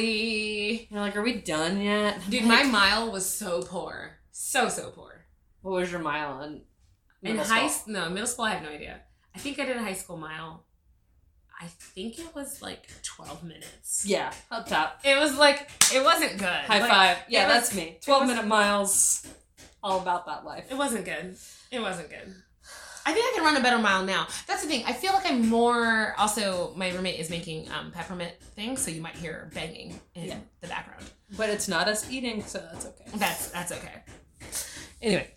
Speaker 2: gracefully.
Speaker 3: You're like, "Are we done yet?"
Speaker 2: Dude, my mile was so poor, so so poor.
Speaker 3: What was your mile in?
Speaker 2: In
Speaker 3: middle
Speaker 2: high
Speaker 3: school?
Speaker 2: school, no middle school, I have no idea. I think I did a high school mile. I think it was like twelve minutes.
Speaker 3: Yeah, up top.
Speaker 2: It was like it wasn't good.
Speaker 3: High
Speaker 2: Like,
Speaker 3: five. Yeah,
Speaker 2: it was-
Speaker 3: that's me. Twelve minute miles. All about that life.
Speaker 2: It wasn't good. It wasn't good. I think I can run a better mile now. That's the thing. I feel like I'm more. Also, my roommate is making um, peppermint things, so you might hear banging in
Speaker 3: Yeah.
Speaker 2: the background.
Speaker 3: But it's not us eating, so that's okay.
Speaker 2: That's that's okay. Anyway,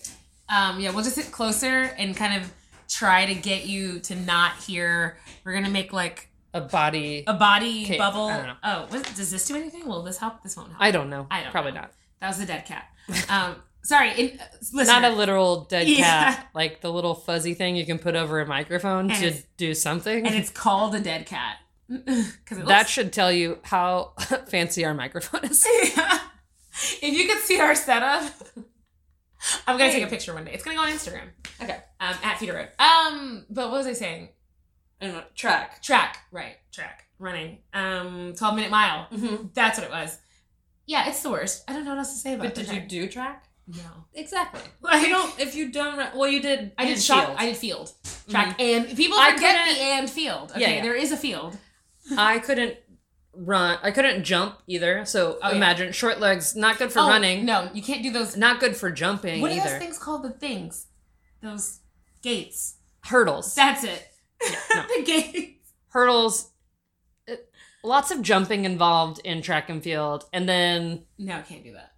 Speaker 2: um, yeah, we'll just sit closer and kind of try to get you to not hear. We're gonna make like
Speaker 3: A body.
Speaker 2: a body
Speaker 3: Okay,
Speaker 2: bubble.
Speaker 3: I don't know.
Speaker 2: Oh, what, does this do anything? Will this help? This won't help.
Speaker 3: don't know.
Speaker 2: I don't know.
Speaker 3: not.
Speaker 2: that was a dead cat. Um, sorry, in, uh, listener.
Speaker 3: literal dead
Speaker 2: Yeah.
Speaker 3: Like the little fuzzy thing you can put over a microphone
Speaker 2: And it's-
Speaker 3: do something.
Speaker 2: and it's called a dead cat because it
Speaker 3: That
Speaker 2: looks.
Speaker 3: should tell you how fancy our microphone is.
Speaker 2: if you could see our setup, I'm gonna
Speaker 3: Hey.
Speaker 2: take a picture one day. It's gonna go on Instagram.
Speaker 3: Okay.
Speaker 2: Um, at Peter Road. Um, but what was I saying?
Speaker 3: And track.
Speaker 2: Track, right? Track running. Um, twelve minute mile.
Speaker 3: Mm-hmm.
Speaker 2: That's what it was. Yeah, it's the worst. I don't know what else to say about.
Speaker 3: But
Speaker 2: the
Speaker 3: did you
Speaker 2: track.
Speaker 3: do track?
Speaker 2: No.
Speaker 3: Exactly.
Speaker 2: Like,
Speaker 3: You don't. If you don't, run, well, you did.
Speaker 2: I
Speaker 3: you
Speaker 2: did shot.
Speaker 3: field. Mm-hmm.
Speaker 2: I did field, track, and people
Speaker 3: I
Speaker 2: forget the
Speaker 3: couldn't-
Speaker 2: and field. Okay,
Speaker 3: Yeah, yeah.
Speaker 2: there is a field.
Speaker 3: I couldn't run. I couldn't jump either. So
Speaker 2: Oh, yeah.
Speaker 3: imagine short legs, not good for
Speaker 2: Oh,
Speaker 3: running,
Speaker 2: No, you can't do those.
Speaker 3: not good for jumping
Speaker 2: What are those
Speaker 3: either.
Speaker 2: things called? The things, those gates.
Speaker 3: Hurdles.
Speaker 2: That's it.
Speaker 3: no.
Speaker 2: the gates.
Speaker 3: Hurdles. Uh, Lots of jumping involved in track and field, and then
Speaker 2: No, can't do that.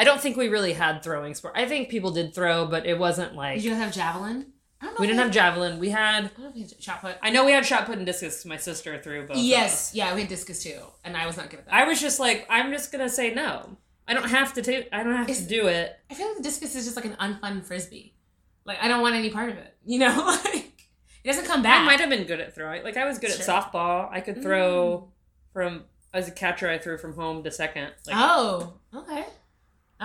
Speaker 3: I don't think we really had throwing sport. I think people did throw, but it wasn't like
Speaker 2: Did you guys have javelin? I don't know.
Speaker 3: we
Speaker 2: if
Speaker 3: didn't have javelin. We had
Speaker 2: I don't know if we had shot put.
Speaker 3: I know we had shot put and discus 'cause my sister threw both. of
Speaker 2: Yes, yeah, we had discus too, and I was not good
Speaker 3: us.
Speaker 2: at that.
Speaker 3: I was just like, I'm just gonna say no. I don't have to take. I don't have
Speaker 2: Is-
Speaker 3: to do it.
Speaker 2: I feel like the discus is just like an unfun frisbee. Like I don't want any part of it. You know, like it doesn't come
Speaker 3: I
Speaker 2: back.
Speaker 3: might have been good at throwing. Like I was good at
Speaker 2: Sure. Mm.
Speaker 3: softball. I could throw from as a catcher. I threw from home to second, like
Speaker 2: oh, okay,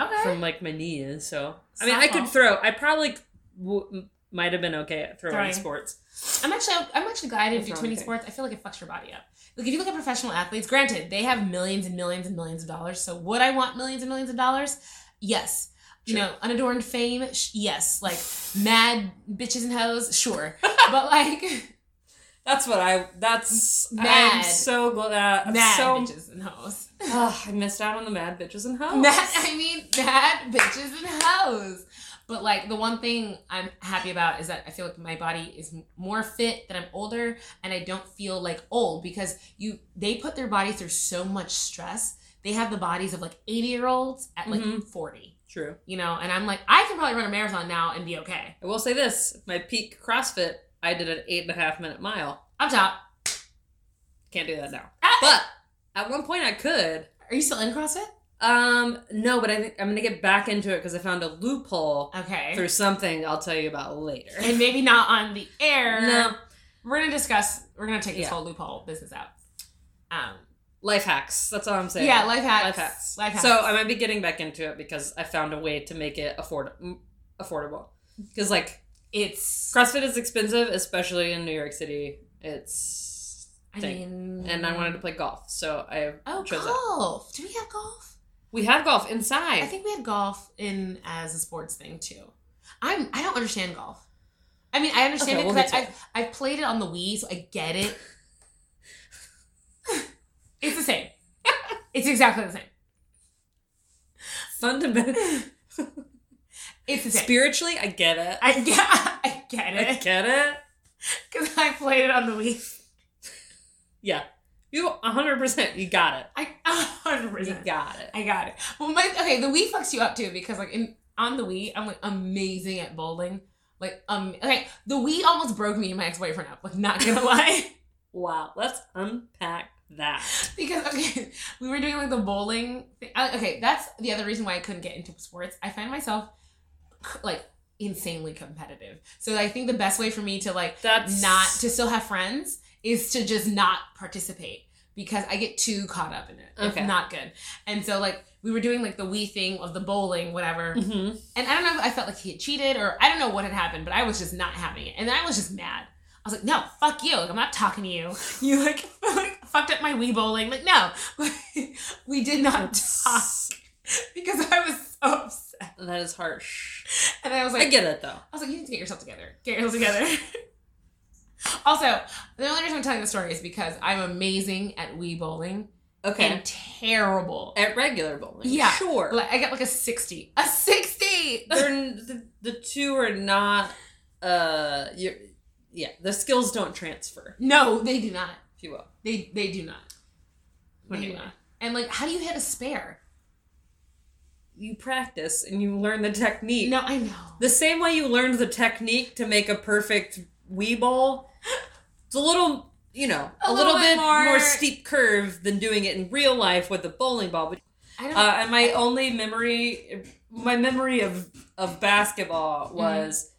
Speaker 2: okay.
Speaker 3: from like my knees. So I mean, I could
Speaker 2: Softball.
Speaker 3: throw. I probably w- m- might have been okay at throwing,
Speaker 2: Throwing.
Speaker 3: sports.
Speaker 2: I'm actually I'm actually glad I
Speaker 3: That's
Speaker 2: didn't do
Speaker 3: the
Speaker 2: too many
Speaker 3: only thing.
Speaker 2: sports. I feel like it fucks your body up. Like if you look at professional athletes, granted they have millions and millions and millions of dollars. So would I want millions and millions of dollars? Yes. You
Speaker 3: Sure.
Speaker 2: know, unadorned fame, sh- yes. Like mad bitches and hoes, sure. but like
Speaker 3: That's what I. That's
Speaker 2: Mad.
Speaker 3: I'm so glad. I'm
Speaker 2: mad
Speaker 3: so
Speaker 2: bitches and hoes.
Speaker 3: Ugh, I missed out on the mad bitches and hoes.
Speaker 2: Mad, I mean mad bitches and hoes. But like the one thing I'm happy about is that I feel like my body is m- more fit that I'm older and I don't feel like old because you they put their body through so much stress. They have the bodies of like 80 year olds at like
Speaker 3: Mhm.
Speaker 2: 40.
Speaker 3: True.
Speaker 2: you know, and I'm like, I can probably run a marathon now and be okay.
Speaker 3: I will say this: my peak CrossFit, I did an eight and a half minute mile.
Speaker 2: I'm top.
Speaker 3: Can't do that now.
Speaker 2: Ah!
Speaker 3: But at one point, I could.
Speaker 2: Are you still in CrossFit?
Speaker 3: Um, no, but I think I'm gonna get back into it because I found a loophole
Speaker 2: Okay.
Speaker 3: through something I'll tell you about later.
Speaker 2: And maybe not on the air.
Speaker 3: no,
Speaker 2: We're gonna discuss. We're gonna take this
Speaker 3: Yeah.
Speaker 2: whole loophole business out. Um.
Speaker 3: life hacks. That's all I'm saying.
Speaker 2: Yeah. Life hacks.
Speaker 3: life hacks.
Speaker 2: Life hacks.
Speaker 3: So I might be getting back into it because I found a way to make it afford m- affordable. Because like
Speaker 2: it's.
Speaker 3: CrossFit is expensive, especially in New York City. It's
Speaker 2: I
Speaker 3: thing.
Speaker 2: mean.
Speaker 3: and I wanted to play golf, so I
Speaker 2: Oh,
Speaker 3: chose that.
Speaker 2: golf. Do we have golf?
Speaker 3: We have golf
Speaker 2: I
Speaker 3: inside.
Speaker 2: think we have golf in as a sports thing too. I'm. I don't understand golf. I mean, I understand
Speaker 3: Okay,
Speaker 2: it
Speaker 3: we'll
Speaker 2: because
Speaker 3: get to
Speaker 2: I've, I've played it on the Wii, so I get it. it's the same. It's exactly the same.
Speaker 3: Fundamental.
Speaker 2: It's the same.
Speaker 3: Spiritually, I get it.
Speaker 2: I get, I get
Speaker 3: I
Speaker 2: it
Speaker 3: get it.
Speaker 2: because I played it on the Wii.
Speaker 3: Yeah. You 100%. You got it.
Speaker 2: I a hundred
Speaker 3: You
Speaker 2: percent.
Speaker 3: got it.
Speaker 2: I got it. Well, my okay, the Wii fucks you up too because like in on the Wii, I'm like amazing at bowling. Like um, okay, the Wii almost broke me and my ex boyfriend up. Like not gonna lie.
Speaker 3: Wow. Let's unpack that.
Speaker 2: because okay, we were doing like the bowling. Thing. I- Okay, that's the other reason why I couldn't get into sports. I find myself c- like insanely competitive. So I think the best way for me to like
Speaker 3: That's
Speaker 2: not to still have friends is to just not participate because I get too caught up in it.
Speaker 3: Okay.
Speaker 2: It's not good. And so like we were doing like the wee thing of the bowling, whatever.
Speaker 3: Mhm.
Speaker 2: And I don't know if I felt like he had cheated or I don't know what had happened, but I was just not having it. And then I was just mad. I was like, no, fuck you. Like, I'm not talking to you. You like, like fucked up my wee bowling. Like, no. we did not talk because I was so upset.
Speaker 3: That is harsh.
Speaker 2: And I was like,
Speaker 3: I get it though.
Speaker 2: I was like, you need to get yourself together. Get yourself together. also, the only reason I'm telling the story is because I'm amazing at Wii bowling
Speaker 3: Okay.
Speaker 2: and terrible.
Speaker 3: At regular bowling.
Speaker 2: Yeah.
Speaker 3: Sure.
Speaker 2: Like, I got like a 60. A 60!
Speaker 3: They're, n- the, the two are not, uh, you're, yeah, the skills don't transfer,
Speaker 2: No, they do not.
Speaker 3: if you will.
Speaker 2: They they do not. They do
Speaker 3: Anyway.
Speaker 2: not. And like, how do you hit a spare?
Speaker 3: You practice and you learn the technique.
Speaker 2: No, I know.
Speaker 3: The same way you learned the technique to make a perfect wee bowl, it's a little, you know, a, little, bit more... steep curve than doing it in real life with a bowling ball. But
Speaker 2: I don't.
Speaker 3: uh, and my only memory, my memory of of basketball
Speaker 2: Mm-hmm.
Speaker 3: was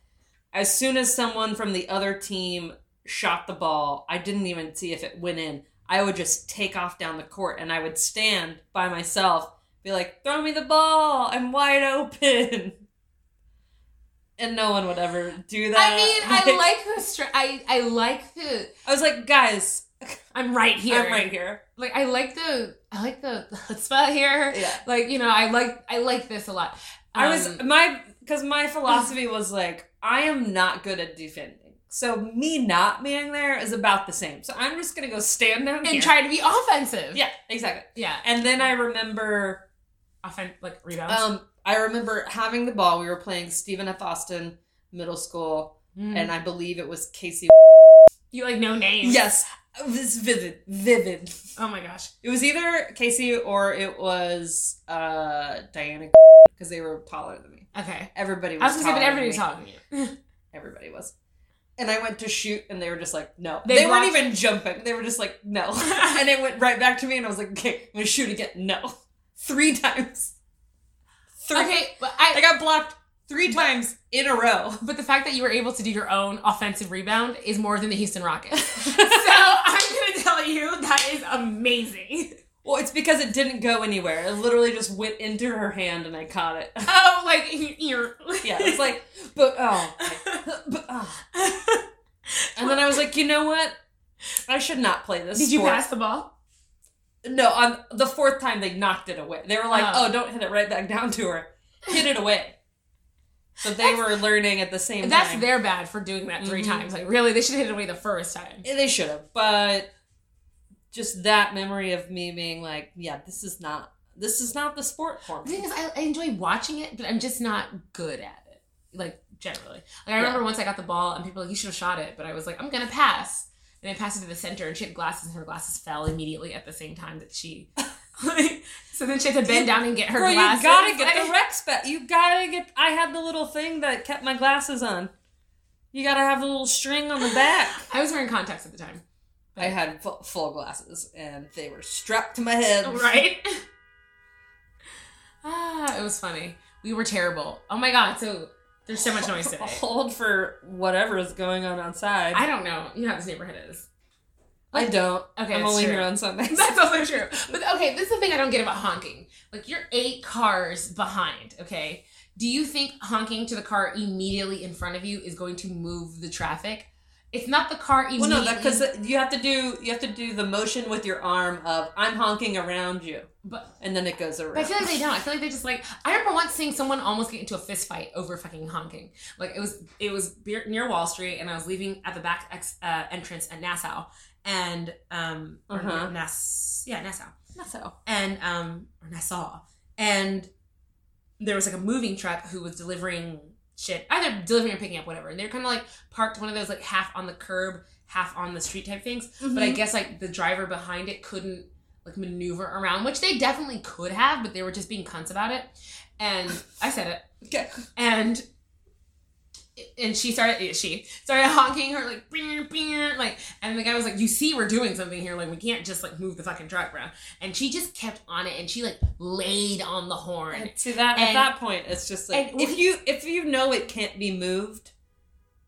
Speaker 3: as soon as someone from the other team shot the ball, I didn't even see if it went in. I would just take off down the court and I would stand by myself, be like, "Throw me the ball! I'm wide open." And no one would ever do that.
Speaker 2: I mean, I like the. Str- I I like the.
Speaker 3: I was like, guys,
Speaker 2: I'm right here.
Speaker 3: I'm right here.
Speaker 2: Like I like the. I like the chutzpah here.
Speaker 3: Yeah.
Speaker 2: Like you know, I like I like this a lot.
Speaker 3: I was
Speaker 2: Um,
Speaker 3: my because my philosophy was like I am not good at defending, so me not being there is about the same. So I'm just gonna go stand down here.
Speaker 2: and try to be offensive.
Speaker 3: yeah, exactly.
Speaker 2: Yeah.
Speaker 3: And then I remember,
Speaker 2: Offen like rebounds.
Speaker 3: um, I remember having the ball. We were playing Stephen F. Austin Middle School,
Speaker 2: Mm.
Speaker 3: and I believe it was Casey.
Speaker 2: you like no names.
Speaker 3: Yes, it was vivid, vivid.
Speaker 2: Oh my gosh.
Speaker 3: It was either Casey or it was uh Diana because they were taller than me.
Speaker 2: Okay.
Speaker 3: Everybody
Speaker 2: I
Speaker 3: was.
Speaker 2: was gonna say, but
Speaker 3: taller than
Speaker 2: everybody's
Speaker 3: me.
Speaker 2: talking to you.
Speaker 3: everybody was. And I went to shoot, and they were just like, no.
Speaker 2: They
Speaker 3: They, weren't
Speaker 2: blocked-
Speaker 3: even jumping. They were just like, no. and it went right back to me, and I was like, okay, I'm gonna shoot again. No. Three times. Three.
Speaker 2: okay, but I
Speaker 3: I got blocked three times in a row.
Speaker 2: But the fact that you were able to do your own offensive rebound is more than the Houston Rockets. so I'm going to tell you that is amazing.
Speaker 3: Well, it's because it didn't go anywhere. It literally just went into her hand, and I caught it.
Speaker 2: Oh, like you- you're.
Speaker 3: yeah, it's like, but oh, but oh. And then I was like, you know what? I should not play this.
Speaker 2: Did you
Speaker 3: sport.
Speaker 2: pass the ball?
Speaker 3: No, on the fourth time they knocked it away. They were like,
Speaker 2: Oh.
Speaker 3: "Oh, don't hit it right back down to her. Hit it away." So they were learning at the same
Speaker 2: That's
Speaker 3: time.
Speaker 2: their bad for doing that 3
Speaker 3: Mhm.
Speaker 2: times. Like really, they should have hit it away the first time.
Speaker 3: They should have, but just that memory of me being like, "Yeah, this is not this is not the sport for
Speaker 2: The thing
Speaker 3: me."
Speaker 2: is, I, I enjoy watching it, but I'm just not good at it. Like generally, like I remember once I got the ball and people were like you should have shot it, but I was like I'm gonna pass, and I passed it to the center, and she had glasses, and her glasses fell immediately at the same time that she so then she had to bend down and get her
Speaker 3: Bro, you
Speaker 2: glasses.
Speaker 3: gotta get
Speaker 2: Like,
Speaker 3: the Rex back. You gotta get. I had the little thing that kept my glasses on. You gotta have the little string on the back.
Speaker 2: I was wearing contacts at the time.
Speaker 3: I had fu- full glasses, and they were strapped to my head.
Speaker 2: Right? ah, it was funny. We were terrible. Oh my god, so there's so much noise today.
Speaker 3: Hold for whatever is going on outside.
Speaker 2: I don't know. You know how this neighborhood is.
Speaker 3: I don't.
Speaker 2: Okay,
Speaker 3: I'm
Speaker 2: that's
Speaker 3: only
Speaker 2: true.
Speaker 3: here on Sundays.
Speaker 2: That's also true. But okay, this is the thing I don't get about honking. Like you're eight cars behind, okay? Do you think honking to the car immediately in front of you is going to move the traffic? It's not the car
Speaker 3: Well,
Speaker 2: immediately.
Speaker 3: no, because you have to do you have to do the motion with your arm of I'm honking around you,
Speaker 2: but,
Speaker 3: and then it goes around.
Speaker 2: but I feel like they don't. I feel like they just like. I remember once seeing someone almost get into a fist fight over fucking honking. Like it was it was be- near Wall Street, and I was leaving at the back ex- uh, entrance at Nassau, and um, or
Speaker 3: Uh-huh.
Speaker 2: Nass- yeah, Nassau.
Speaker 3: That's how.
Speaker 2: and um or Nassau. And there was like a moving truck who was delivering shit, either delivering or picking up whatever. And they're kind of like parked one of those like half on the curb, half on the street type things.
Speaker 3: Mm-hmm.
Speaker 2: But I guess like the driver behind it couldn't like maneuver around, which they definitely could have, but they were just being cunts about it. And I said it
Speaker 3: okay.
Speaker 2: and and she started she started honking her like beer beer like and the guy was like you see we're doing something here like we can't just like move the fucking truck bro and she just kept on it and she like laid on the horn
Speaker 3: To that at
Speaker 2: And-
Speaker 3: that point, it's just like
Speaker 2: and-
Speaker 3: if you if you know it can't be moved,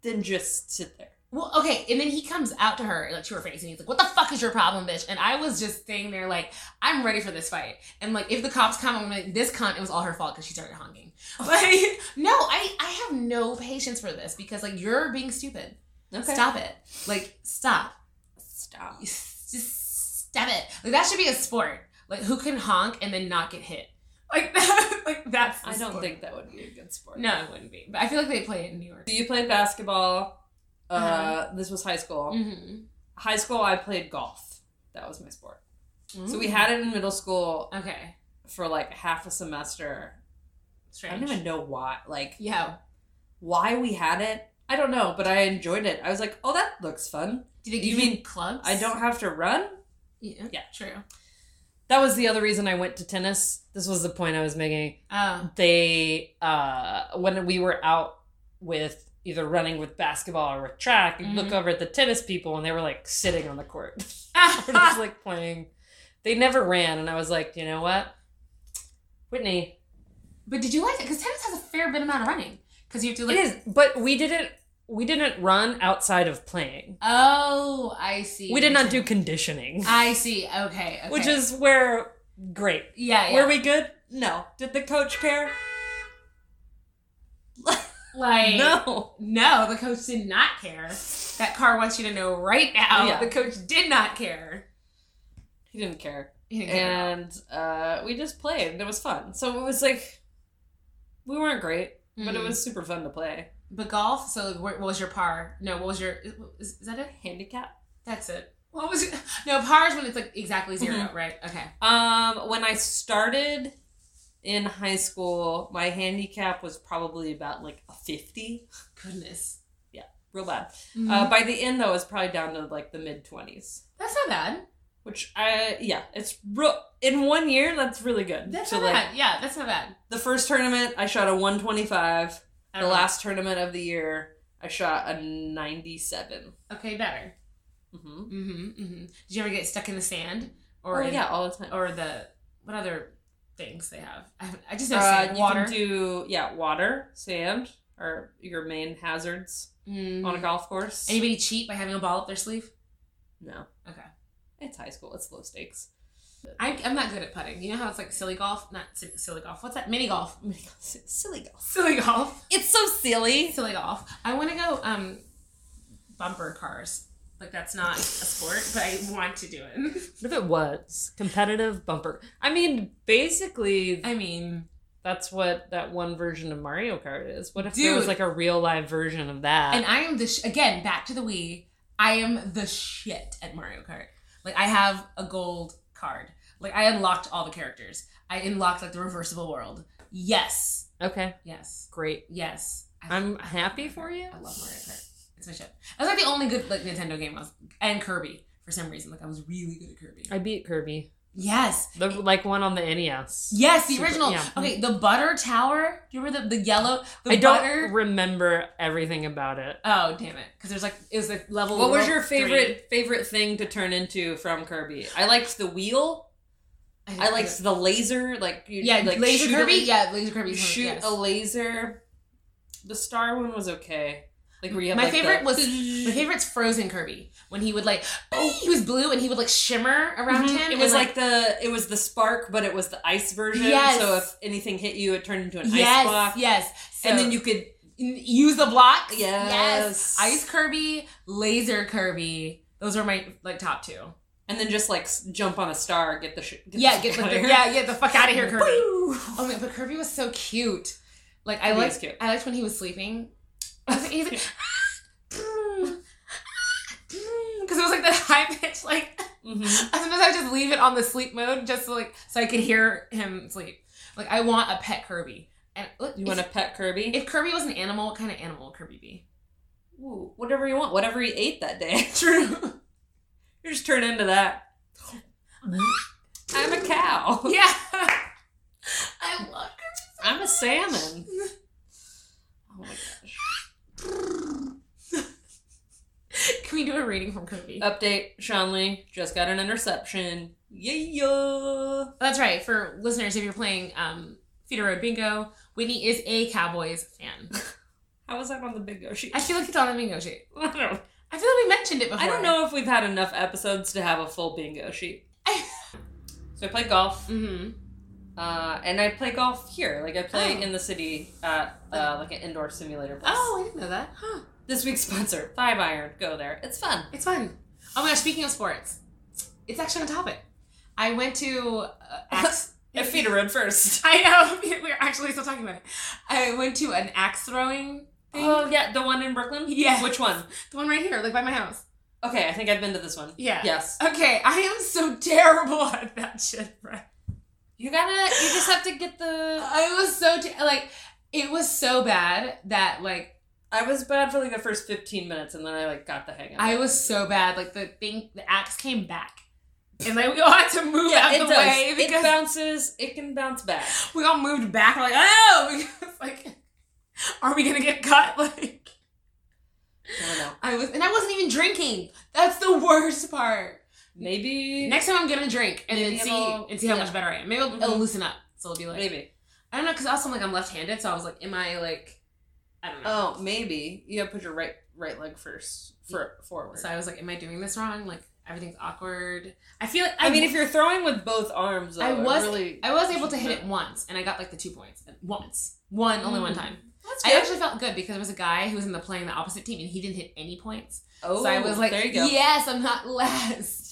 Speaker 3: then just sit there.
Speaker 2: well okay and then he comes out to her like to her face and he's like what the fuck is your problem bitch and i was just staying there like i'm ready for this fight and like if the cops come i'm like this cunt it was all her fault because she started honking like no i i have no patience for this because like you're being stupid
Speaker 3: Okay.
Speaker 2: stop it like stop
Speaker 3: Stop.
Speaker 2: just stab it. Like that should be a sport. Like who can honk and then not get hit? Like that. Like that's. the
Speaker 3: I don't
Speaker 2: sport.
Speaker 3: think that would be a good sport.
Speaker 2: No, it wouldn't be. But I feel like they play it in New York.
Speaker 3: So you played basketball. Uh,
Speaker 2: Uh-huh.
Speaker 3: This was high school.
Speaker 2: Mm-hmm.
Speaker 3: High school, I played golf. That was my sport. So we had it in middle school
Speaker 2: Okay.
Speaker 3: for like half a semester. I
Speaker 2: Strange.
Speaker 3: don't even know why. Like
Speaker 2: Yo,
Speaker 3: why we had it. I don't know, but I enjoyed it. I was like, oh, that looks fun.
Speaker 2: do they give
Speaker 3: You
Speaker 2: you
Speaker 3: mean-
Speaker 2: clubs?
Speaker 3: I don't have to run.
Speaker 2: Yeah.
Speaker 3: Yeah.
Speaker 2: True.
Speaker 3: That was the other reason I went to tennis. This was the point I was making.
Speaker 2: Oh.
Speaker 3: They, uh, when we were out with either running with basketball or with track, you look
Speaker 2: Mhm.
Speaker 3: over at the tennis people and they were like sitting on the court. They were just
Speaker 2: Ah,
Speaker 3: like playing. They never ran. And I was like, you know what? Whitney,
Speaker 2: but did you like it? Because tennis has a fair bit amount of running. Because you have to like.
Speaker 3: it is, but we didn't, we didn't run outside of playing.
Speaker 2: Oh, I see.
Speaker 3: We
Speaker 2: what
Speaker 3: did
Speaker 2: you're
Speaker 3: not do
Speaker 2: saying.
Speaker 3: conditioning.
Speaker 2: I see. Okay. okay.
Speaker 3: which is where great.
Speaker 2: yeah. yeah.
Speaker 3: Were we good? No. Did the coach care?
Speaker 2: like
Speaker 3: No.
Speaker 2: No, the coach did not care. That car wants you to know right now.
Speaker 3: Yeah.
Speaker 2: The coach did not care.
Speaker 3: He didn't care.
Speaker 2: He didn't care.
Speaker 3: And uh, we just played, and it was fun. So it was like we weren't great, but it
Speaker 2: Mhm.
Speaker 3: was super fun to play.
Speaker 2: Mm. But golf. So like, what was your par? No, what was your? Is, is that it?
Speaker 3: Handicap.
Speaker 2: That's it. What was it? No, par is when it's like exactly 0
Speaker 3: Mhm.
Speaker 2: right? Okay.
Speaker 3: Um, when I started in high school, my handicap was probably about like a fifty,
Speaker 2: Goodness.
Speaker 3: real bad.
Speaker 2: Mhm.
Speaker 3: Uh, by the end, though, it was probably down to like the mid twenties.
Speaker 2: that's not bad.
Speaker 3: Which I yeah, it's real in one year. That's really good.
Speaker 2: That's
Speaker 3: So,
Speaker 2: not
Speaker 3: like,
Speaker 2: bad. Yeah, that's not bad.
Speaker 3: The first tournament, I shot a 125.
Speaker 2: I
Speaker 3: The
Speaker 2: don't know.
Speaker 3: last tournament of the year, I shot a 97.
Speaker 2: Okay, better.
Speaker 3: Mm-hmm.
Speaker 2: hmm hmm Did you ever get stuck in the sand
Speaker 3: Or Uh,
Speaker 2: or in-
Speaker 3: Oh, yeah, all the time.
Speaker 2: or the what other things they have? I, haven't- I just know
Speaker 3: uh,
Speaker 2: sand,
Speaker 3: you
Speaker 2: water.
Speaker 3: can do yeah, water, sand, or your main hazards
Speaker 2: Mm.
Speaker 3: on a golf course.
Speaker 2: Anybody cheat by having a ball up their sleeve?
Speaker 3: no.
Speaker 2: Okay.
Speaker 3: It's high school. It's low stakes.
Speaker 2: I, I'm not good at putting. You know how it's like silly golf? Not si- silly golf. What's that? Mini golf.
Speaker 3: silly golf.
Speaker 2: Silly golf.
Speaker 3: It's so silly.
Speaker 2: Silly golf. I want to go um, bumper cars. Like that's not a sport, but I want to do it.
Speaker 3: What if it was competitive bumper? I mean, basically,
Speaker 2: I mean,
Speaker 3: that's what that one version of Mario Kart is. What if there
Speaker 2: Dude.
Speaker 3: was like a real live version of that?
Speaker 2: and I am the sh- again back to the Wii. I am the shit at Mario Kart. Like I have a gold card. Like I unlocked all the characters. I unlocked like the reversible world. Yes.
Speaker 3: okay,
Speaker 2: Yes.
Speaker 3: great.
Speaker 2: Yes. I-
Speaker 3: I'm happy for you.
Speaker 2: I love Mario Kart. It's my shit. That was like the only good like Nintendo game I was, and Kirby for some reason. Like I was really good at Kirby.
Speaker 3: I beat Kirby.
Speaker 2: Yes.
Speaker 4: The, like one on the E NES.
Speaker 2: Yes, the
Speaker 4: Super-
Speaker 2: original.
Speaker 4: yeah.
Speaker 2: Okay, the butter tower. Do you remember the, the yellow? The
Speaker 4: I don't
Speaker 2: butter.
Speaker 4: remember everything about it.
Speaker 2: oh damn it! Because there's like it was a level.
Speaker 3: What was
Speaker 2: world
Speaker 3: your
Speaker 2: three.
Speaker 3: favorite favorite thing to turn into from Kirby? I liked the wheel. I liked the laser. Like you,
Speaker 2: Yeah,
Speaker 3: like
Speaker 2: laser
Speaker 3: shoot a
Speaker 2: Kirby.
Speaker 3: la-
Speaker 2: yeah, laser Kirby.
Speaker 3: you
Speaker 2: is one-
Speaker 3: shoot
Speaker 2: yes.
Speaker 3: a laser. The star one was okay. Like where you had
Speaker 2: My
Speaker 3: like, the-
Speaker 2: favorite was my favorite's Frozen Kirby when he would like he was blue and he would like shimmer around
Speaker 3: Mhm.
Speaker 2: him.
Speaker 3: It
Speaker 2: and,
Speaker 3: was like, the it was the spark, but it was the ice version.
Speaker 2: Yes.
Speaker 3: So if anything hit you, it turned into an
Speaker 2: yes,
Speaker 3: ice block,
Speaker 2: yes.
Speaker 3: and then you could
Speaker 2: use the block.
Speaker 3: yes,
Speaker 2: Ice Kirby, Laser Kirby. Those were my like top two.
Speaker 3: and then just like s- jump on a star, get the sh- get
Speaker 2: yeah,
Speaker 3: the
Speaker 2: get
Speaker 3: shit
Speaker 2: the,
Speaker 3: out of here.
Speaker 2: yeah, get the fuck out of here, Kirby.
Speaker 3: Woo!
Speaker 2: Oh man, but Kirby was so cute. Like I
Speaker 3: He was
Speaker 2: liked,
Speaker 3: cute.
Speaker 2: I liked when he was sleeping. I was like- He's like, because it was like that high pitch. Like
Speaker 3: Mhm.
Speaker 2: sometimes I would just leave it on the sleep mode just so, like so I could hear him sleep. Like I want a pet Kirby. And look,
Speaker 3: You
Speaker 2: if,
Speaker 3: want to pet Kirby?
Speaker 2: if Kirby was an animal, what kind of animal would Kirby be?
Speaker 3: Ooh, whatever you want, whatever you ate that day. True. you just turn into that. I'm a cow.
Speaker 2: Yeah, I love
Speaker 3: I'm a salmon. Oh my gosh.
Speaker 2: Kirby. Can we do a reading from Kirby?
Speaker 3: Update, Sean Lee just got an interception. Yeah.
Speaker 2: That's right. For listeners, if you're playing um, Feeder Road Bingo, Whitney is a Cowboys fan.
Speaker 3: How was that on the big go sheet?
Speaker 2: I feel like it's on a bingo sheet.
Speaker 3: I don't know.
Speaker 2: I feel like we mentioned it before.
Speaker 3: I don't know if we've had enough episodes to have a full bingo sheet. so I play golf,
Speaker 2: hmm
Speaker 3: uh, and I play golf here. Like I play
Speaker 2: Oh.
Speaker 3: in the city at uh, like an indoor simulator place.
Speaker 2: Oh, I didn't know that. Huh.
Speaker 3: This week's sponsor, Five Iron. Go there. It's fun.
Speaker 2: It's fun. Oh my gosh, speaking of sports, it's actually on topic. I went to. Uh, axe-
Speaker 3: If feet road first.
Speaker 2: I know, we're actually still talking about it. I went to an axe throwing thing.
Speaker 3: Oh yeah, the one in Brooklyn.
Speaker 2: Yes.
Speaker 3: Which one?
Speaker 2: The one right here, like by my house.
Speaker 3: Okay, I think I've been to this one.
Speaker 2: Yeah.
Speaker 3: Yes.
Speaker 2: Okay, I am so terrible at that shit, right?
Speaker 3: You gotta. You just have to get the.
Speaker 2: I was so te- like it was so bad that like
Speaker 3: I was bad for like the first fifteen minutes, and then I like got the hang of it.
Speaker 2: I was so bad. Like the thing, the axe came back, and like we all had to move
Speaker 3: Yeah,
Speaker 2: out
Speaker 3: it
Speaker 2: of the
Speaker 3: does.
Speaker 2: way
Speaker 3: It
Speaker 2: because
Speaker 3: bounces. It can bounce back.
Speaker 2: we all moved back. We're like, oh, because like, are we gonna get cut? Like,
Speaker 3: I don't know.
Speaker 2: I was, and I wasn't even drinking. That's the worst part.
Speaker 3: Maybe.
Speaker 2: Next time I'm gonna drink and
Speaker 3: Maybe
Speaker 2: then see
Speaker 3: it'll-
Speaker 2: and see how
Speaker 3: yeah.
Speaker 2: much better I am. Maybe it'll, it'll loosen up. So it'll be like,
Speaker 3: Maybe.
Speaker 2: I don't know, because also like I'm left-handed, so I was like, am I like, I don't know.
Speaker 3: Oh, maybe. You gotta put your right right leg first for forward.
Speaker 2: So I was like, am I doing this wrong? Like everything's awkward. I feel like
Speaker 3: I mean, if you're throwing with both arms, though,
Speaker 2: I
Speaker 3: it
Speaker 2: was-
Speaker 3: really.
Speaker 2: I was able to hit it once, and I got like the two points once, one only one
Speaker 3: Mm.
Speaker 2: time.
Speaker 3: That's
Speaker 2: I
Speaker 3: good.
Speaker 2: actually felt good because there was a guy who was in the playing the opposite team, and he didn't hit any points.
Speaker 3: oh,
Speaker 2: so I was like,
Speaker 3: there you go.
Speaker 2: yes, I'm not last.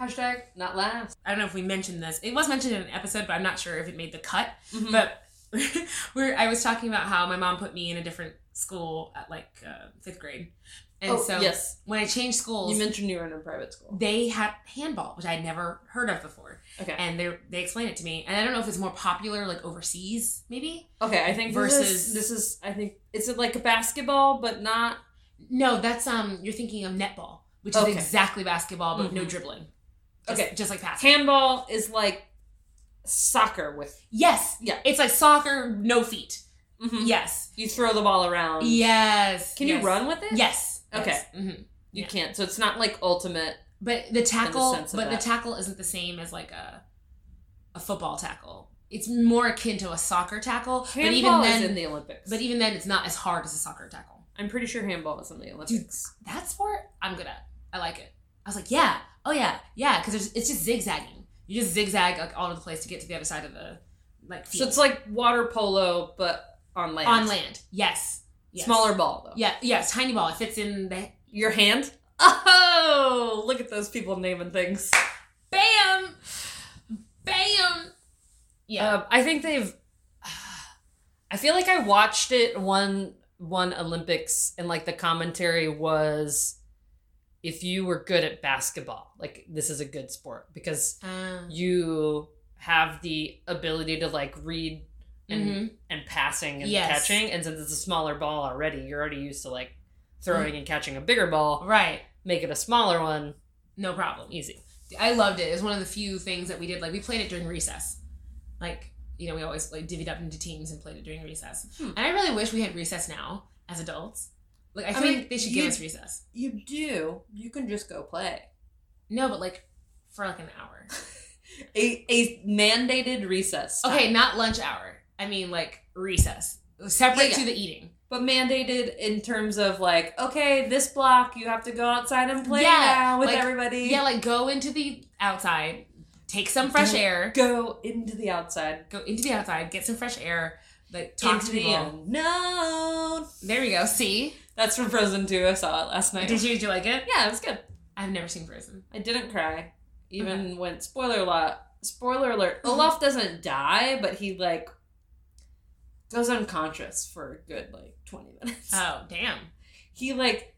Speaker 3: Hashtag not last.
Speaker 2: I don't know if we mentioned this. It was mentioned in an episode, but I'm not sure if it made the cut.
Speaker 3: Mhm.
Speaker 2: But we're, I was talking about how my mom put me in a different school at like uh, fifth grade, and
Speaker 3: oh,
Speaker 2: so
Speaker 3: yes,
Speaker 2: when I changed schools,
Speaker 3: you mentioned you were in a private school.
Speaker 2: they had handball, which I'd never heard of before,
Speaker 3: Okay.
Speaker 2: and they they explained it to me. And I don't know if it's more popular like overseas, maybe.
Speaker 3: Okay, I think
Speaker 2: Versus-
Speaker 3: versus this is, I think is it like a basketball, but not
Speaker 2: No, that's um. You're thinking of netball, which
Speaker 3: Okay.
Speaker 2: is exactly basketball, but no
Speaker 3: Mhm.
Speaker 2: dribbling. Just,
Speaker 3: Okay.
Speaker 2: just like passing.
Speaker 3: handball is like soccer with.
Speaker 2: yes.
Speaker 3: Yeah.
Speaker 2: It's like soccer, no feet.
Speaker 3: Mhm.
Speaker 2: Yes.
Speaker 3: You throw the ball around.
Speaker 2: Yes.
Speaker 3: Um, Can
Speaker 2: yes.
Speaker 3: you run with it?
Speaker 2: Yes.
Speaker 3: Okay.
Speaker 2: hmm
Speaker 3: You
Speaker 2: Yeah.
Speaker 3: can't. So it's not like ultimate.
Speaker 2: But the tackle,
Speaker 3: sense of
Speaker 2: but the
Speaker 3: that.
Speaker 2: tackle isn't the same as like a a football tackle. It's more akin to a soccer tackle. but even
Speaker 3: Handball
Speaker 2: then,
Speaker 3: is in the Olympics.
Speaker 2: but even then, it's not as hard as a soccer tackle.
Speaker 3: e- I'm pretty sure handball is in the Olympics.
Speaker 2: That sport, I'm good at. I like it. I was like, yeah, oh yeah, yeah, because it's just zigzagging. You just zigzag like all over the place to get to the other side of the like
Speaker 3: so
Speaker 2: field.
Speaker 3: it's like water polo, but on land.
Speaker 2: on land. Yes. yes.
Speaker 3: Smaller ball though.
Speaker 2: Yeah. Yes. Tiny ball. It fits in the
Speaker 3: Your hand. Oh, look at those people naming things.
Speaker 2: bam, bam. Yeah.
Speaker 3: Um, I think they've. I feel like I watched it one one Olympics, and like the commentary was, if you were good at basketball, like this is a good sport because
Speaker 2: Um,
Speaker 3: you have the ability to like read and
Speaker 2: mhm.
Speaker 3: and passing and
Speaker 2: Yes.
Speaker 3: catching, and since it's a smaller ball already, you're already used to like
Speaker 2: Mm.
Speaker 3: throwing and catching a bigger ball.
Speaker 2: Right.
Speaker 3: Make it a smaller one,
Speaker 2: No problem.
Speaker 3: easy.
Speaker 2: I loved it. It was one of the few things that we did. Like we played it during recess. Like you know, we always like divvied up into teams and played it during recess.
Speaker 3: Hmm.
Speaker 2: And I really wish we had recess now as adults. Like I,
Speaker 3: I
Speaker 2: think
Speaker 3: mean,
Speaker 2: they should
Speaker 3: you-
Speaker 2: give us recess.
Speaker 3: You do. You can just go play.
Speaker 2: No, but like for like an hour.
Speaker 3: A, a mandated recess. time.
Speaker 2: Okay, not lunch hour. I mean like recess. Separate
Speaker 3: Yeah, yeah.
Speaker 2: to the eating.
Speaker 3: But mandated in terms of like, okay, this block you have to go outside and play
Speaker 2: Yeah,
Speaker 3: now with
Speaker 2: like-
Speaker 3: everybody.
Speaker 2: Yeah, like go into the outside, take some fresh air,
Speaker 3: go into the outside.
Speaker 2: go into the outside, get some fresh air, like talk
Speaker 3: into
Speaker 2: to
Speaker 3: the
Speaker 2: people.
Speaker 3: unknown.
Speaker 2: There we go. See,
Speaker 3: That's from Frozen 2. I saw it last night.
Speaker 2: did you did you like it?
Speaker 3: Yeah, it was good.
Speaker 2: I've never seen Frozen.
Speaker 3: I didn't cry. Even when spoiler alert spoiler alert, Olaf doesn't die, but he like goes unconscious for a good like twenty minutes.
Speaker 2: Oh damn,
Speaker 3: he like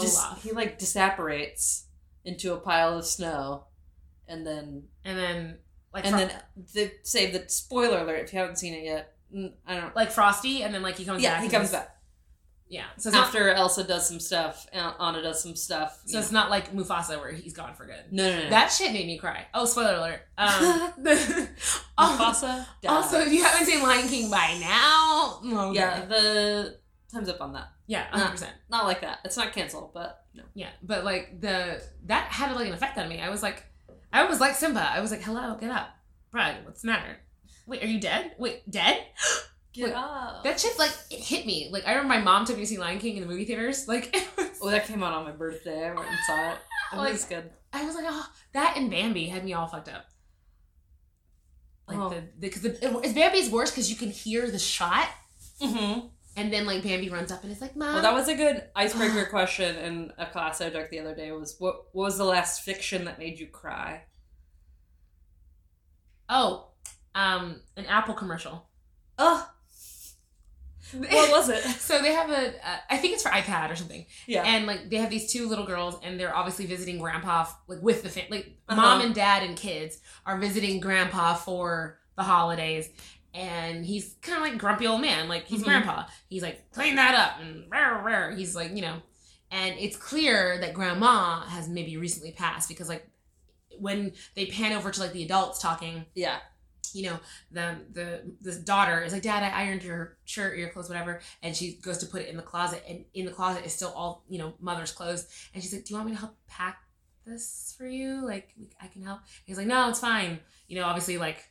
Speaker 3: dis-
Speaker 2: Olaf.
Speaker 3: he like disapparates into a pile of snow and then
Speaker 2: and then like
Speaker 3: and
Speaker 2: Fro-
Speaker 3: then the save the spoiler alert if you haven't seen it yet. Mm, I don't
Speaker 2: like Frosty, and then like he comes
Speaker 3: Yeah,
Speaker 2: back.
Speaker 3: he
Speaker 2: and
Speaker 3: comes
Speaker 2: just-
Speaker 3: back.
Speaker 2: Yeah, so it's not
Speaker 3: After Elsa does some stuff, An- Anna does some stuff.
Speaker 2: so it's not like Mufasa where he's gone for good.
Speaker 3: no, no, no.
Speaker 2: That shit made me cry. Oh, spoiler alert. Um,
Speaker 3: Mufasa dies.
Speaker 2: also, if you haven't seen Lion King by now, oh, okay.
Speaker 3: Yeah, the time's up on that.
Speaker 2: yeah,
Speaker 3: Uh.
Speaker 2: hundred percent.
Speaker 3: Not like that. It's not canceled, but no.
Speaker 2: Yeah, but like the that had like an effect on me. I was like, I was like Simba. I was like, hello, get up, Brad. What's the matter? Wait, are you dead? Wait, dead?
Speaker 3: Get
Speaker 2: Wait,
Speaker 3: up.
Speaker 2: That shit like it hit me. Like I remember my mom took me to see Lion King in the movie theaters. Like it was-
Speaker 3: oh, that came out on my birthday. I went and saw it. It
Speaker 2: Like-
Speaker 3: was good.
Speaker 2: I was like, oh, that and Bambi had me all fucked up. Like
Speaker 3: Oh.
Speaker 2: the because the, 'cause the, it- Bambi's worse because you can hear the shot
Speaker 3: Mm-hmm.
Speaker 2: and then like Bambi runs up and it's like, mom.
Speaker 3: Well, that was a good icebreaker question in a class I took the other day. Was what, what was the last fiction that made you cry?
Speaker 2: oh, um, an Apple commercial.
Speaker 3: Oh, what was it?
Speaker 2: So they have a, uh, I think it's for iPad or something.
Speaker 3: Yeah.
Speaker 2: And like they have these two little girls, and they're obviously visiting grandpa f- like with the fam- like
Speaker 3: Uh-huh.
Speaker 2: mom and dad and kids are visiting grandpa for the holidays, and he's kind of like grumpy old man, like he's
Speaker 3: Mhm.
Speaker 2: grandpa. He's like clean that up and rare rare. He's like you know, and it's clear that grandma has maybe recently passed because like when they pan over to like the adults talking,
Speaker 3: yeah.
Speaker 2: you know the the this daughter is like dad i ironed your shirt your clothes whatever and she goes to put it in the closet and in the closet is still all you know mother's clothes and she's like do you want me to help pack this for you like i can help he's like no it's fine you know obviously like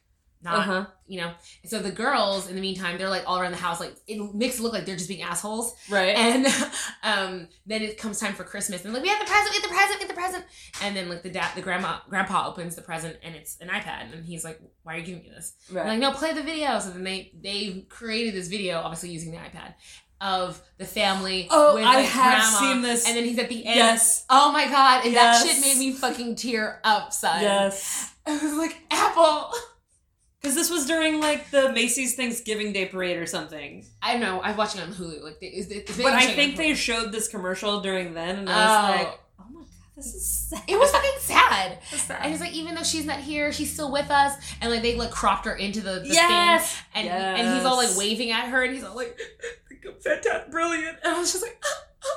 Speaker 2: not
Speaker 3: Uh huh.
Speaker 2: you know and so the girls in the meantime they're like all around the house like it makes it look like they're just being assholes
Speaker 3: Right.
Speaker 2: and um, then it comes time for Christmas, and like we have the present, we have the present, we have the present. And then like the dad, the grandma, grandpa opens the present, and it's an iPad, and he's like, "Why are you giving me this?"
Speaker 3: right.
Speaker 2: And like, no, play the video. So then they they created this video, obviously using the iPad, of the family.
Speaker 3: oh,
Speaker 2: with,
Speaker 3: I
Speaker 2: like,
Speaker 3: have
Speaker 2: grandma,
Speaker 3: seen this.
Speaker 2: And then he's at the end.
Speaker 3: yes.
Speaker 2: Oh my god! And
Speaker 3: Yes.
Speaker 2: that shit made me fucking tear up, son.
Speaker 3: Yes.
Speaker 2: I was like, Apple.
Speaker 3: Because this was during like the Macy's Thanksgiving Day parade or something.
Speaker 2: I don't know. I've watched it on Hulu. Like, they, is it,
Speaker 3: But I think they showed this commercial during then, and I was
Speaker 2: Oh.
Speaker 3: like, oh my god, this is sad.
Speaker 2: It was fucking sad.
Speaker 3: sad.
Speaker 2: And it's like, even though she's not here, she's still with us. And like, they like cropped her into the, the thing.
Speaker 3: yes.
Speaker 2: And, and he's all like
Speaker 3: Yes.
Speaker 2: waving at her and he's all like, "You're fantastic, brilliant. And I was just like,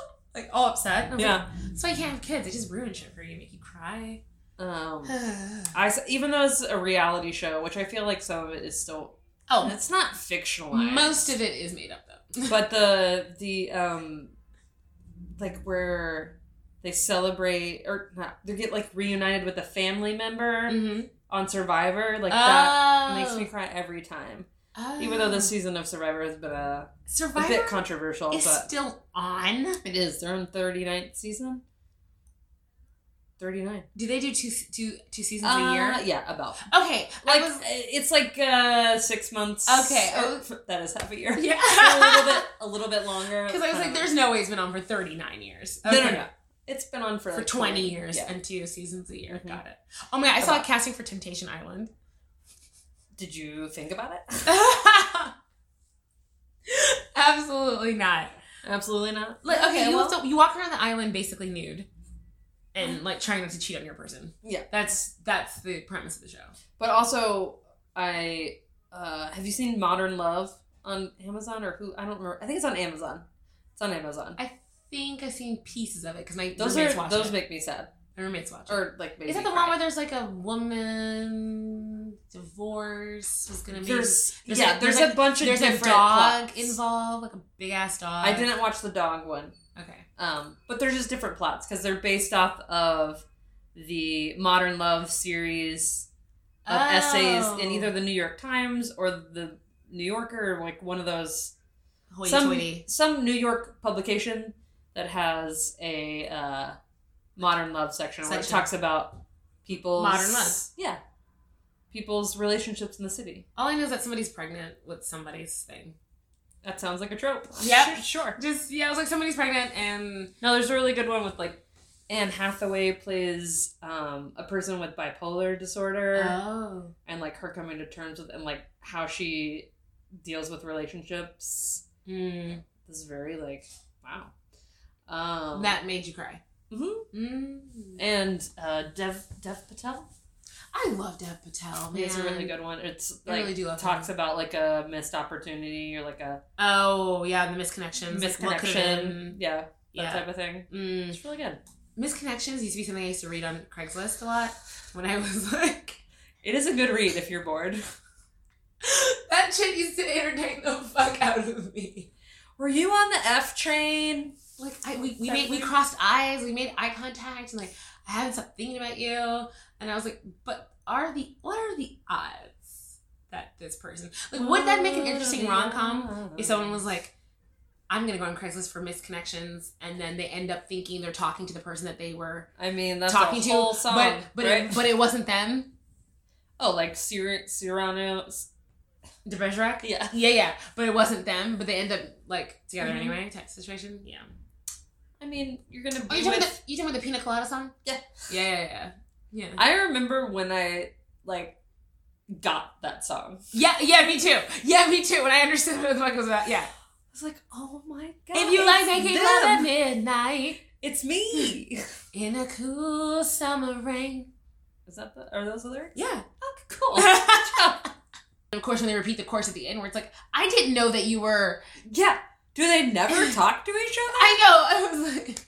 Speaker 2: like all upset. And I was
Speaker 3: Yeah.
Speaker 2: like, so I can't have kids. It just ruins shit for you, make you cry.
Speaker 3: Um,
Speaker 2: oh,
Speaker 3: I s- even though it's a reality show, which I feel like some of it is still it's not fictionalized.
Speaker 2: Oh, most of it is made up though.
Speaker 3: but the the um, like where they celebrate or not, they get like reunited with a family member
Speaker 2: mm-hmm.
Speaker 3: on Survivor, like
Speaker 2: Oh.
Speaker 3: that makes me cry every time. Even though this season of Survivor has been a, a
Speaker 2: Survivor
Speaker 3: bit controversial,
Speaker 2: is
Speaker 3: but
Speaker 2: still on.
Speaker 3: it is they're in 39th season. 39
Speaker 2: Do they do two two two seasons a year?
Speaker 3: Uh, yeah about
Speaker 2: Okay,
Speaker 3: like uh,
Speaker 2: I was
Speaker 3: it's like uh six months
Speaker 2: Okay,
Speaker 3: or-
Speaker 2: I was-
Speaker 3: that is half a year
Speaker 2: yeah.
Speaker 3: a little bit a little bit longer Um,
Speaker 2: Because I was like,
Speaker 3: don't know.
Speaker 2: there's no way it's been on for 39 years.
Speaker 3: no no
Speaker 2: Okay.
Speaker 3: no it's been on for
Speaker 2: For
Speaker 3: like
Speaker 2: 20 years
Speaker 3: yeah.
Speaker 2: and two seasons a year.
Speaker 3: Mhm.
Speaker 2: Got it. Oh my god, I saw a
Speaker 3: About-
Speaker 2: casting for Temptation Island.
Speaker 3: did you think about it
Speaker 2: Absolutely not.
Speaker 3: absolutely not
Speaker 2: Like, okay, you,
Speaker 3: well, Uh-huh.
Speaker 2: have to, you walk around the island basically nude and like trying not to cheat on your person.
Speaker 3: Yeah.
Speaker 2: That's that's the premise of the show.
Speaker 3: but also I uh have you seen Modern Love on Amazon or who I don't remember I think it's on Amazon it's on Amazon
Speaker 2: I think I've seen pieces of it because my
Speaker 3: those
Speaker 2: roommates
Speaker 3: are
Speaker 2: watch
Speaker 3: those
Speaker 2: it.
Speaker 3: make me sad
Speaker 2: My roommate's watching.
Speaker 3: Or like baby.
Speaker 2: Is that the
Speaker 3: cry.
Speaker 2: one where there's like a woman divorce was gonna be?
Speaker 3: there's,
Speaker 2: there's
Speaker 3: yeah,
Speaker 2: like-
Speaker 3: there's,
Speaker 2: there's
Speaker 3: a bunch of
Speaker 2: there's a
Speaker 3: different
Speaker 2: dog
Speaker 3: plots.
Speaker 2: involved, like a big ass dog.
Speaker 3: I didn't watch the dog one.
Speaker 2: Okay.
Speaker 3: Um, but they're just different plots because they're based off of the Modern Love series of essays in
Speaker 2: Oh.
Speaker 3: either the New York Times or the New Yorker, or like one of those
Speaker 2: Oh. Hoity
Speaker 3: some
Speaker 2: toity.
Speaker 3: some New York publication that has a uh, Modern Love section, which
Speaker 2: Section.
Speaker 3: talks about people's
Speaker 2: Modern love.
Speaker 3: yeah, people's relationships in the city.
Speaker 2: All I know is that somebody's pregnant with somebody's thing.
Speaker 3: That sounds like a trope.
Speaker 2: Yep.
Speaker 3: Sure, sure.
Speaker 2: Just yeah, I was like somebody's pregnant and
Speaker 3: No, there's a really good one with like Anne Hathaway plays um, a person with bipolar disorder
Speaker 2: oh
Speaker 3: and like her coming to terms with and like how she deals with relationships.
Speaker 2: Mm.
Speaker 3: This is very like wow. Um,
Speaker 2: that made you cry.
Speaker 3: mhm.
Speaker 2: Mm.
Speaker 3: and uh, Dev Dev Patel.
Speaker 2: I love Dev Patel. Man.
Speaker 3: He has a really good one. It's
Speaker 2: I
Speaker 3: like
Speaker 2: really do love
Speaker 3: talks
Speaker 2: him.
Speaker 3: about like a missed opportunity or like a
Speaker 2: Oh yeah, the misconnections. Like, what could've
Speaker 3: misconnection.
Speaker 2: been.
Speaker 3: Yeah, that
Speaker 2: Yeah.
Speaker 3: type of thing.
Speaker 2: Mm.
Speaker 3: It's really good.
Speaker 2: Misconnections used to be something I used to read on Craigslist a lot when I was like,
Speaker 3: It is a good read if you're bored.
Speaker 2: that shit used to entertain the fuck out of me.
Speaker 3: Were you on the F train?
Speaker 2: Like I, we, we made we crossed eyes, we made eye contact, and like I haven't stopped thinking about you. And I was like, but are the what are the odds that this person like would that make an interesting rom com if someone was like. I'm gonna go on Craigslist for misconnections, and then they end up thinking they're talking to the person that they were
Speaker 3: I mean, that's
Speaker 2: talking
Speaker 3: talking a whole
Speaker 2: to,
Speaker 3: song,
Speaker 2: but but
Speaker 3: right?
Speaker 2: it, but it wasn't them.
Speaker 3: oh, like Cir- Cyrano.
Speaker 2: De Bergerac.
Speaker 3: Yeah,
Speaker 2: Yeah, yeah, but it wasn't them. But they end up like together
Speaker 3: Mhm.
Speaker 2: anyway. Type situation. Yeah.
Speaker 3: I mean, you're gonna
Speaker 2: Oh,
Speaker 3: be
Speaker 2: you talking
Speaker 3: with.
Speaker 2: about the you talking about the Pina Colada song?
Speaker 3: Yeah.
Speaker 2: Yeah, yeah, yeah. Yeah.
Speaker 3: I remember when I like got that song. I
Speaker 2: Yeah, yeah, me too. Yeah, me too. When I understood what the fuck it was about. Yeah.
Speaker 3: was like, oh my god!
Speaker 2: if you like
Speaker 3: it's
Speaker 2: making
Speaker 3: them.
Speaker 2: love at midnight
Speaker 3: it's me.
Speaker 2: in a cool summer rain.
Speaker 3: Is that the? Are those the lyrics?
Speaker 2: Yeah.
Speaker 3: Okay, cool.
Speaker 2: and of course, when they repeat the chorus at the end, where it's like, I didn't know that you were.
Speaker 3: yeah. Do they never talk to each other?
Speaker 2: I know. I was like.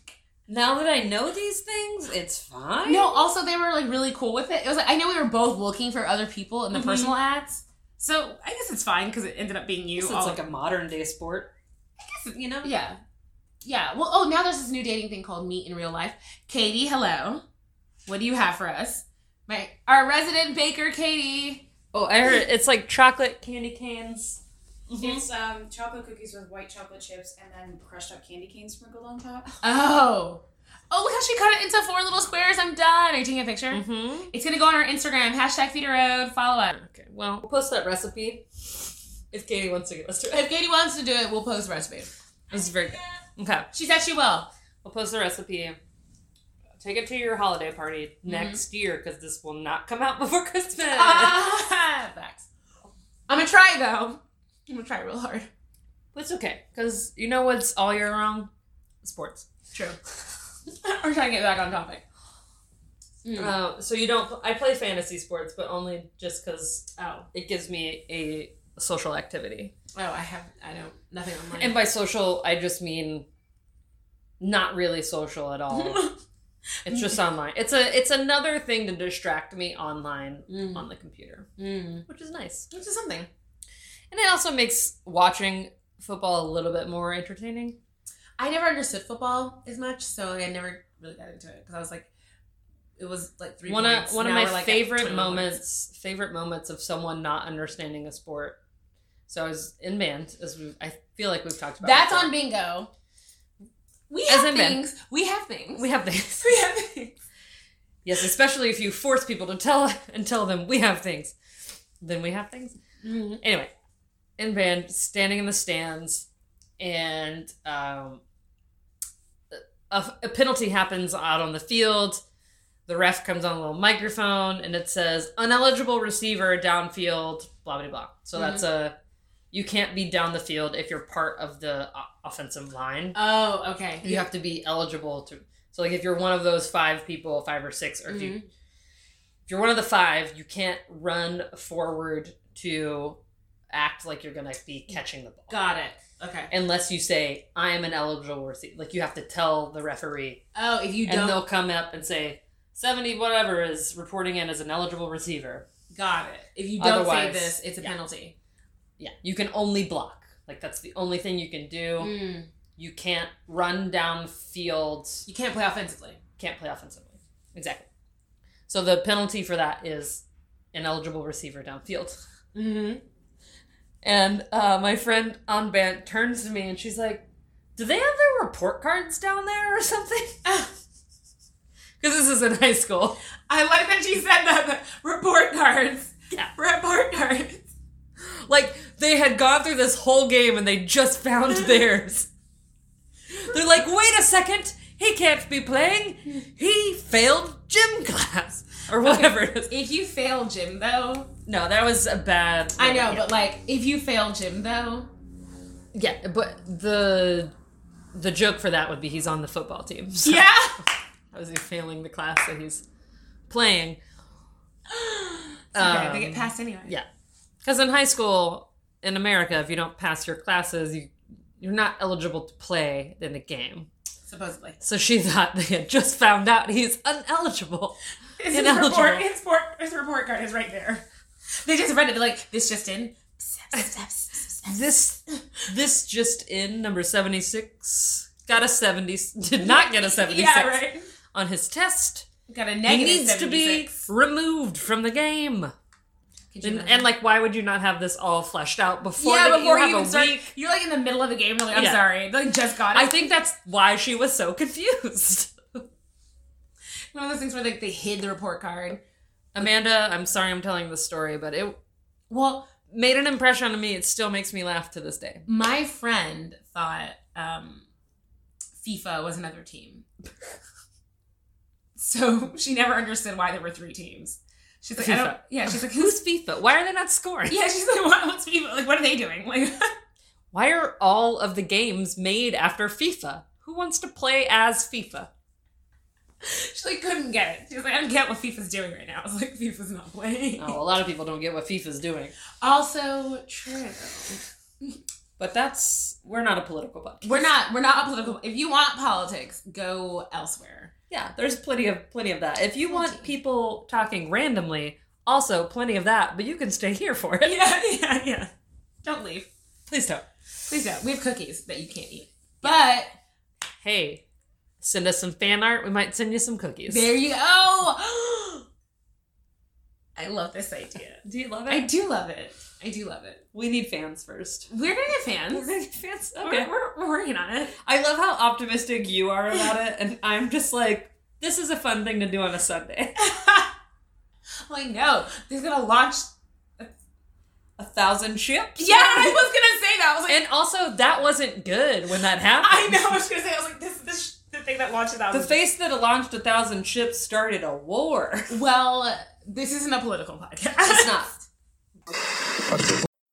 Speaker 3: Now that I know these things, it's fine.
Speaker 2: No, also they were like really cool with it. It was like I know we were both looking for other people in the
Speaker 3: Mhm.
Speaker 2: personal ads, so I guess it's fine because it ended up being you.
Speaker 3: Guess it's
Speaker 2: all-
Speaker 3: like a modern day sport. I guess you know.
Speaker 2: yeah, yeah. Well, oh, now there's this new dating thing called Meet in Real Life. Katie, hello. What do you have for us, my our resident baker, Katie?
Speaker 3: Oh, I heard it's like chocolate candy canes.
Speaker 5: It's um, chocolate cookies with white chocolate chips and then crushed up candy cane sprinkled on top.
Speaker 2: Oh, oh, look how she cut it into four little squares. I'm done. Are you taking a picture?
Speaker 3: Mm-hmm.
Speaker 2: It's gonna go on our Instagram hashtag Feeder Road. Follow up.
Speaker 3: Okay, well, we'll post that recipe if Katie wants to give us to it.
Speaker 2: If Katie wants to do it, we'll post the recipe.
Speaker 3: This is very good. Okay,
Speaker 2: She said she will.
Speaker 3: we'll post the recipe.
Speaker 4: Take it to your holiday party next year because this will not come out before Christmas.
Speaker 2: Ah, facts. I'm gonna try though. I'm gonna try real hard.
Speaker 4: but it's okay because you know what's all year round? Sports.
Speaker 2: True. We're trying to get back on topic. Mm.
Speaker 4: Uh, so you don't. I play fantasy sports, but only just because
Speaker 2: Oh,
Speaker 4: it gives me a social activity.
Speaker 2: oh, I have, I don't, nothing online.
Speaker 4: And by social, I just mean not really social at all. it's just online. It's a it's another thing to distract me online
Speaker 2: mm.
Speaker 4: on the computer,
Speaker 2: Mm.
Speaker 4: which is nice.
Speaker 2: Which is something.
Speaker 4: And it also makes watching football a little bit more entertaining.
Speaker 2: I never understood football as much, so I never really got into it because I was like, it was like three.
Speaker 4: one of
Speaker 2: points,
Speaker 4: one of
Speaker 2: now
Speaker 4: my
Speaker 2: we're, like, at
Speaker 4: favorite
Speaker 2: 21 points.
Speaker 4: moments favorite moments of someone not understanding a sport. So I was in band, as we I feel like we've talked about.
Speaker 2: That's
Speaker 4: before.
Speaker 2: on bingo. We
Speaker 4: As
Speaker 2: have
Speaker 4: in men.
Speaker 2: things. We have things.
Speaker 4: We have things.
Speaker 2: we have things.
Speaker 4: Yes, especially if you force people to tell and tell them we have things. Then we have things.
Speaker 2: Mhm.
Speaker 4: Anyway, in band, standing in the stands, and um, a, a penalty happens out on the field. The ref comes on a little microphone and it says ineligible receiver downfield, blah blah blah. So that's a you can't be down the field if you're part of the o- offensive line
Speaker 2: Oh, okay.
Speaker 4: you have to be eligible to so like if you're one of those five people five or six or if
Speaker 2: Mm-hmm.
Speaker 4: you if you're one of the five you can't run forward to act like you're gonna be catching the ball
Speaker 2: Got it. Okay.
Speaker 4: unless you say i am an eligible receiver like you have to tell the referee
Speaker 2: Oh, if you
Speaker 4: and
Speaker 2: don't.
Speaker 4: they'll come up and say
Speaker 3: 70 whatever is reporting in as an eligible receiver.
Speaker 2: Got it. If you don't say
Speaker 3: Otherwise,
Speaker 2: this, it's a
Speaker 3: yeah.
Speaker 2: penalty.
Speaker 3: Yeah, you can only block. Like that's the only thing you can do.
Speaker 2: Mm.
Speaker 3: You can't run down fields.
Speaker 2: You can't play offensively.
Speaker 3: Can't play offensively. Exactly. So the penalty for that is an eligible receiver downfield.
Speaker 2: Mm-hmm.
Speaker 3: And uh, my friend on Bant turns to me and she's like, "Do they have their report cards down there or something?" Because this is in high school.
Speaker 2: I like that she said that. Report cards.
Speaker 3: Yeah.
Speaker 2: Report cards.
Speaker 3: Like they had gone through this whole game and they just found theirs. They're like, wait a second, he can't be playing. He failed gym class or whatever it is.
Speaker 2: If you fail gym though,
Speaker 3: No, that was a bad.
Speaker 2: I know,
Speaker 3: yeah.
Speaker 2: but like if you fail gym though,
Speaker 3: yeah, but the the joke for that would be he's on the football team. So
Speaker 2: yeah.
Speaker 3: How is he failing the class that he's playing?
Speaker 2: It's okay,
Speaker 3: Um,
Speaker 2: they get passed anyway.
Speaker 3: yeah. Because in high school in America, if you don't pass your classes, you you're not eligible to play in the game.
Speaker 2: Supposedly.
Speaker 3: So she thought they had just found out he's uneligible.
Speaker 5: It's his
Speaker 3: Ineligible.
Speaker 5: report, his, report, his report card is right there.
Speaker 2: They just read it. They're like, this just in.
Speaker 3: This this just in number 76 got a 70 did not get a 76
Speaker 2: Yeah, right.
Speaker 3: on his test.
Speaker 2: Got a
Speaker 3: He
Speaker 2: negative.
Speaker 3: needs to be removed from the game. And, and like why would you not have this all fleshed out before
Speaker 2: yeah,
Speaker 3: the,
Speaker 2: before
Speaker 3: you have
Speaker 2: you
Speaker 3: a
Speaker 2: even start,
Speaker 3: week?
Speaker 2: you're like in the middle of the game. You're like, I'm
Speaker 3: Yeah.
Speaker 2: sorry. They like just got it.
Speaker 3: I think that's why she was so confused.
Speaker 2: One of those things where like they hid the report card.
Speaker 3: Amanda, I'm sorry I'm telling this story, but it
Speaker 2: Well,
Speaker 3: made an impression on me. It still makes me laugh to this day.
Speaker 2: my friend thought um, FIFA was another team. so she never understood why there were three teams. She's like, I don't,
Speaker 3: FIFA.
Speaker 2: yeah, she's like, who's
Speaker 3: Who's FIFA? Why are they not scoring?
Speaker 2: yeah, she's like, what, what's FIFA? Like, what are they doing? Like,
Speaker 3: Why are all of the games made after FIFA? Who wants to play as FIFA?
Speaker 2: she like couldn't get it. She was like, I don't get what FIFA's doing right now. I was like, FIFA's not playing.
Speaker 3: Oh, a lot of people don't get what FIFA's doing.
Speaker 2: Also true.
Speaker 3: But that's we're not a political podcast.
Speaker 2: We're not we're not political. If you want politics, go elsewhere.
Speaker 3: Yeah, there's plenty of plenty of that. If you want
Speaker 2: Plenty.
Speaker 3: people talking randomly, also plenty of that, but you can stay here for it.
Speaker 2: Yeah, yeah, yeah. Don't leave.
Speaker 3: Please don't.
Speaker 2: Please don't. We have cookies that you can't eat. But
Speaker 3: Hey, send us some fan art. We might send you some cookies.
Speaker 2: there you go. I love this idea.
Speaker 3: Do you love
Speaker 2: I do love it. I do love it.
Speaker 3: We need fans first.
Speaker 2: We're gonna get fans.
Speaker 3: fans.
Speaker 2: We're, we're, we're working on it.
Speaker 3: I love how optimistic you are about it, and I'm just like, this is a fun thing to do on a Sunday.
Speaker 2: Like no, they're gonna launch.
Speaker 3: A thousand ships?
Speaker 2: Yeah, I was gonna say that. I was like,
Speaker 3: And also, that wasn't good when that
Speaker 5: I
Speaker 3: happened.
Speaker 5: know. I was gonna say. I was like, this is the, sh- the thing that launches out.
Speaker 3: The face that launched a thousand ships started a war.
Speaker 2: well, this isn't a political podcast.
Speaker 3: not.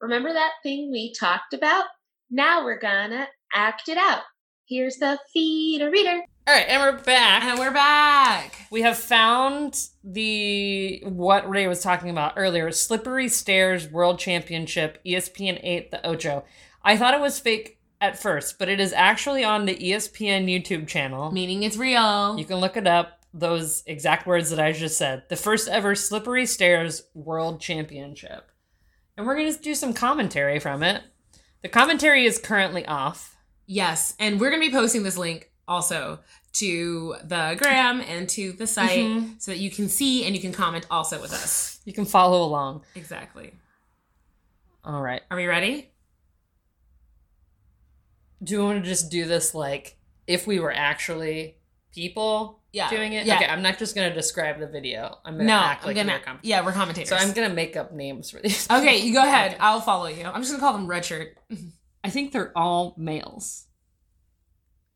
Speaker 6: Remember that thing we talked about? Now we're gonna act it out. Here's the feeder reader.
Speaker 3: All right, and we're back.
Speaker 2: And we're back.
Speaker 3: We have found the what Ray was talking about earlier, Slippery Stairs World Championship, E ESPN 8, the Ocho. I thought it was fake at first, but it is actually on the E ESPN YouTube channel.
Speaker 2: Meaning it's real.
Speaker 3: You can look it up. Those exact words that I just said. The first ever Slippery Stairs World Championship. And we're going to do some commentary from it. The commentary is currently off.
Speaker 2: Yes, and we're gonna be posting this link also to the gram and to the site
Speaker 5: Mm-hmm.
Speaker 3: Mhm.
Speaker 2: so that you can see and you can comment also with us.
Speaker 3: You can follow along.
Speaker 2: Exactly.
Speaker 3: All right.
Speaker 2: Are we ready?
Speaker 3: Do you want to just do this like if we were actually people
Speaker 2: Yeah.
Speaker 3: doing it?
Speaker 2: Yeah.
Speaker 3: Okay, I'm not just going to describe the video. I'm going to
Speaker 2: no,
Speaker 3: act
Speaker 2: I'm
Speaker 3: like
Speaker 2: gonna.
Speaker 3: we're com-
Speaker 2: yeah, we're commentators.
Speaker 3: So I'm going to make up names for these.
Speaker 2: okay,
Speaker 3: people.
Speaker 2: you go ahead. I'll follow you. I'm just gonna call them red shirt.
Speaker 3: I think they're all males.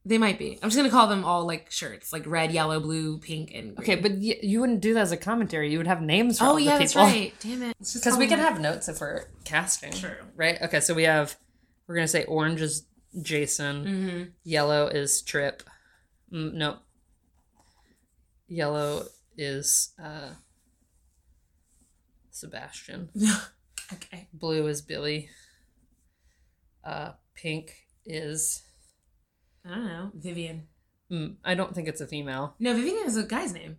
Speaker 2: They might be. I'm just gonna call them all like shirts, like red, yellow, blue, pink, and green.
Speaker 3: Okay, but y- you wouldn't do that as a commentary. You would have names for all
Speaker 2: oh
Speaker 3: the
Speaker 2: yeah,
Speaker 3: people.
Speaker 2: that's right. Damn it. Let's just
Speaker 3: Because
Speaker 2: call
Speaker 3: we
Speaker 2: them
Speaker 3: can have notes if we're casting.
Speaker 2: True.
Speaker 3: Right? Okay, so we have we're gonna say orange is Jason,
Speaker 2: Mhm.
Speaker 3: yellow is Trip. Mm, nope. Yellow is uh Sebastian.
Speaker 2: Mm-hmm. Okay.
Speaker 3: Blue is Billy. Uh pink is
Speaker 2: I don't know. Vivian.
Speaker 3: mm, I don't think it's a female.
Speaker 2: No, Vivian is a guy's name.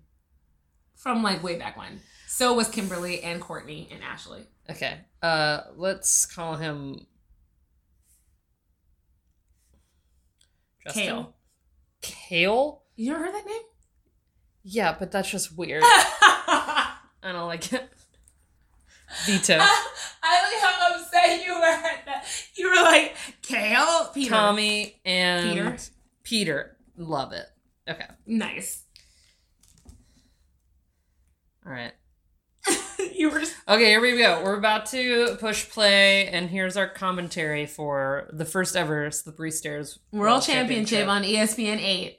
Speaker 2: from like way back when. So was Kimberly and Courtney and Ashley.
Speaker 3: Okay. Uh let's call him
Speaker 2: Kale.
Speaker 3: Kale?
Speaker 2: You never heard that name?
Speaker 3: Yeah, but that's just weird.
Speaker 2: Ah!
Speaker 3: I don't like it. Veto.
Speaker 2: Ah! I like how upset you were. At that. You were like Kale, Peter,
Speaker 3: Tommy and
Speaker 2: Peter.
Speaker 3: Peter. Love it. Okay.
Speaker 2: Nice.
Speaker 3: All right.
Speaker 2: you were.
Speaker 3: Okay, here we go. We're about to push play, and here's our commentary for the first ever Slippery Stairs
Speaker 2: World Championship on E ESPN eight.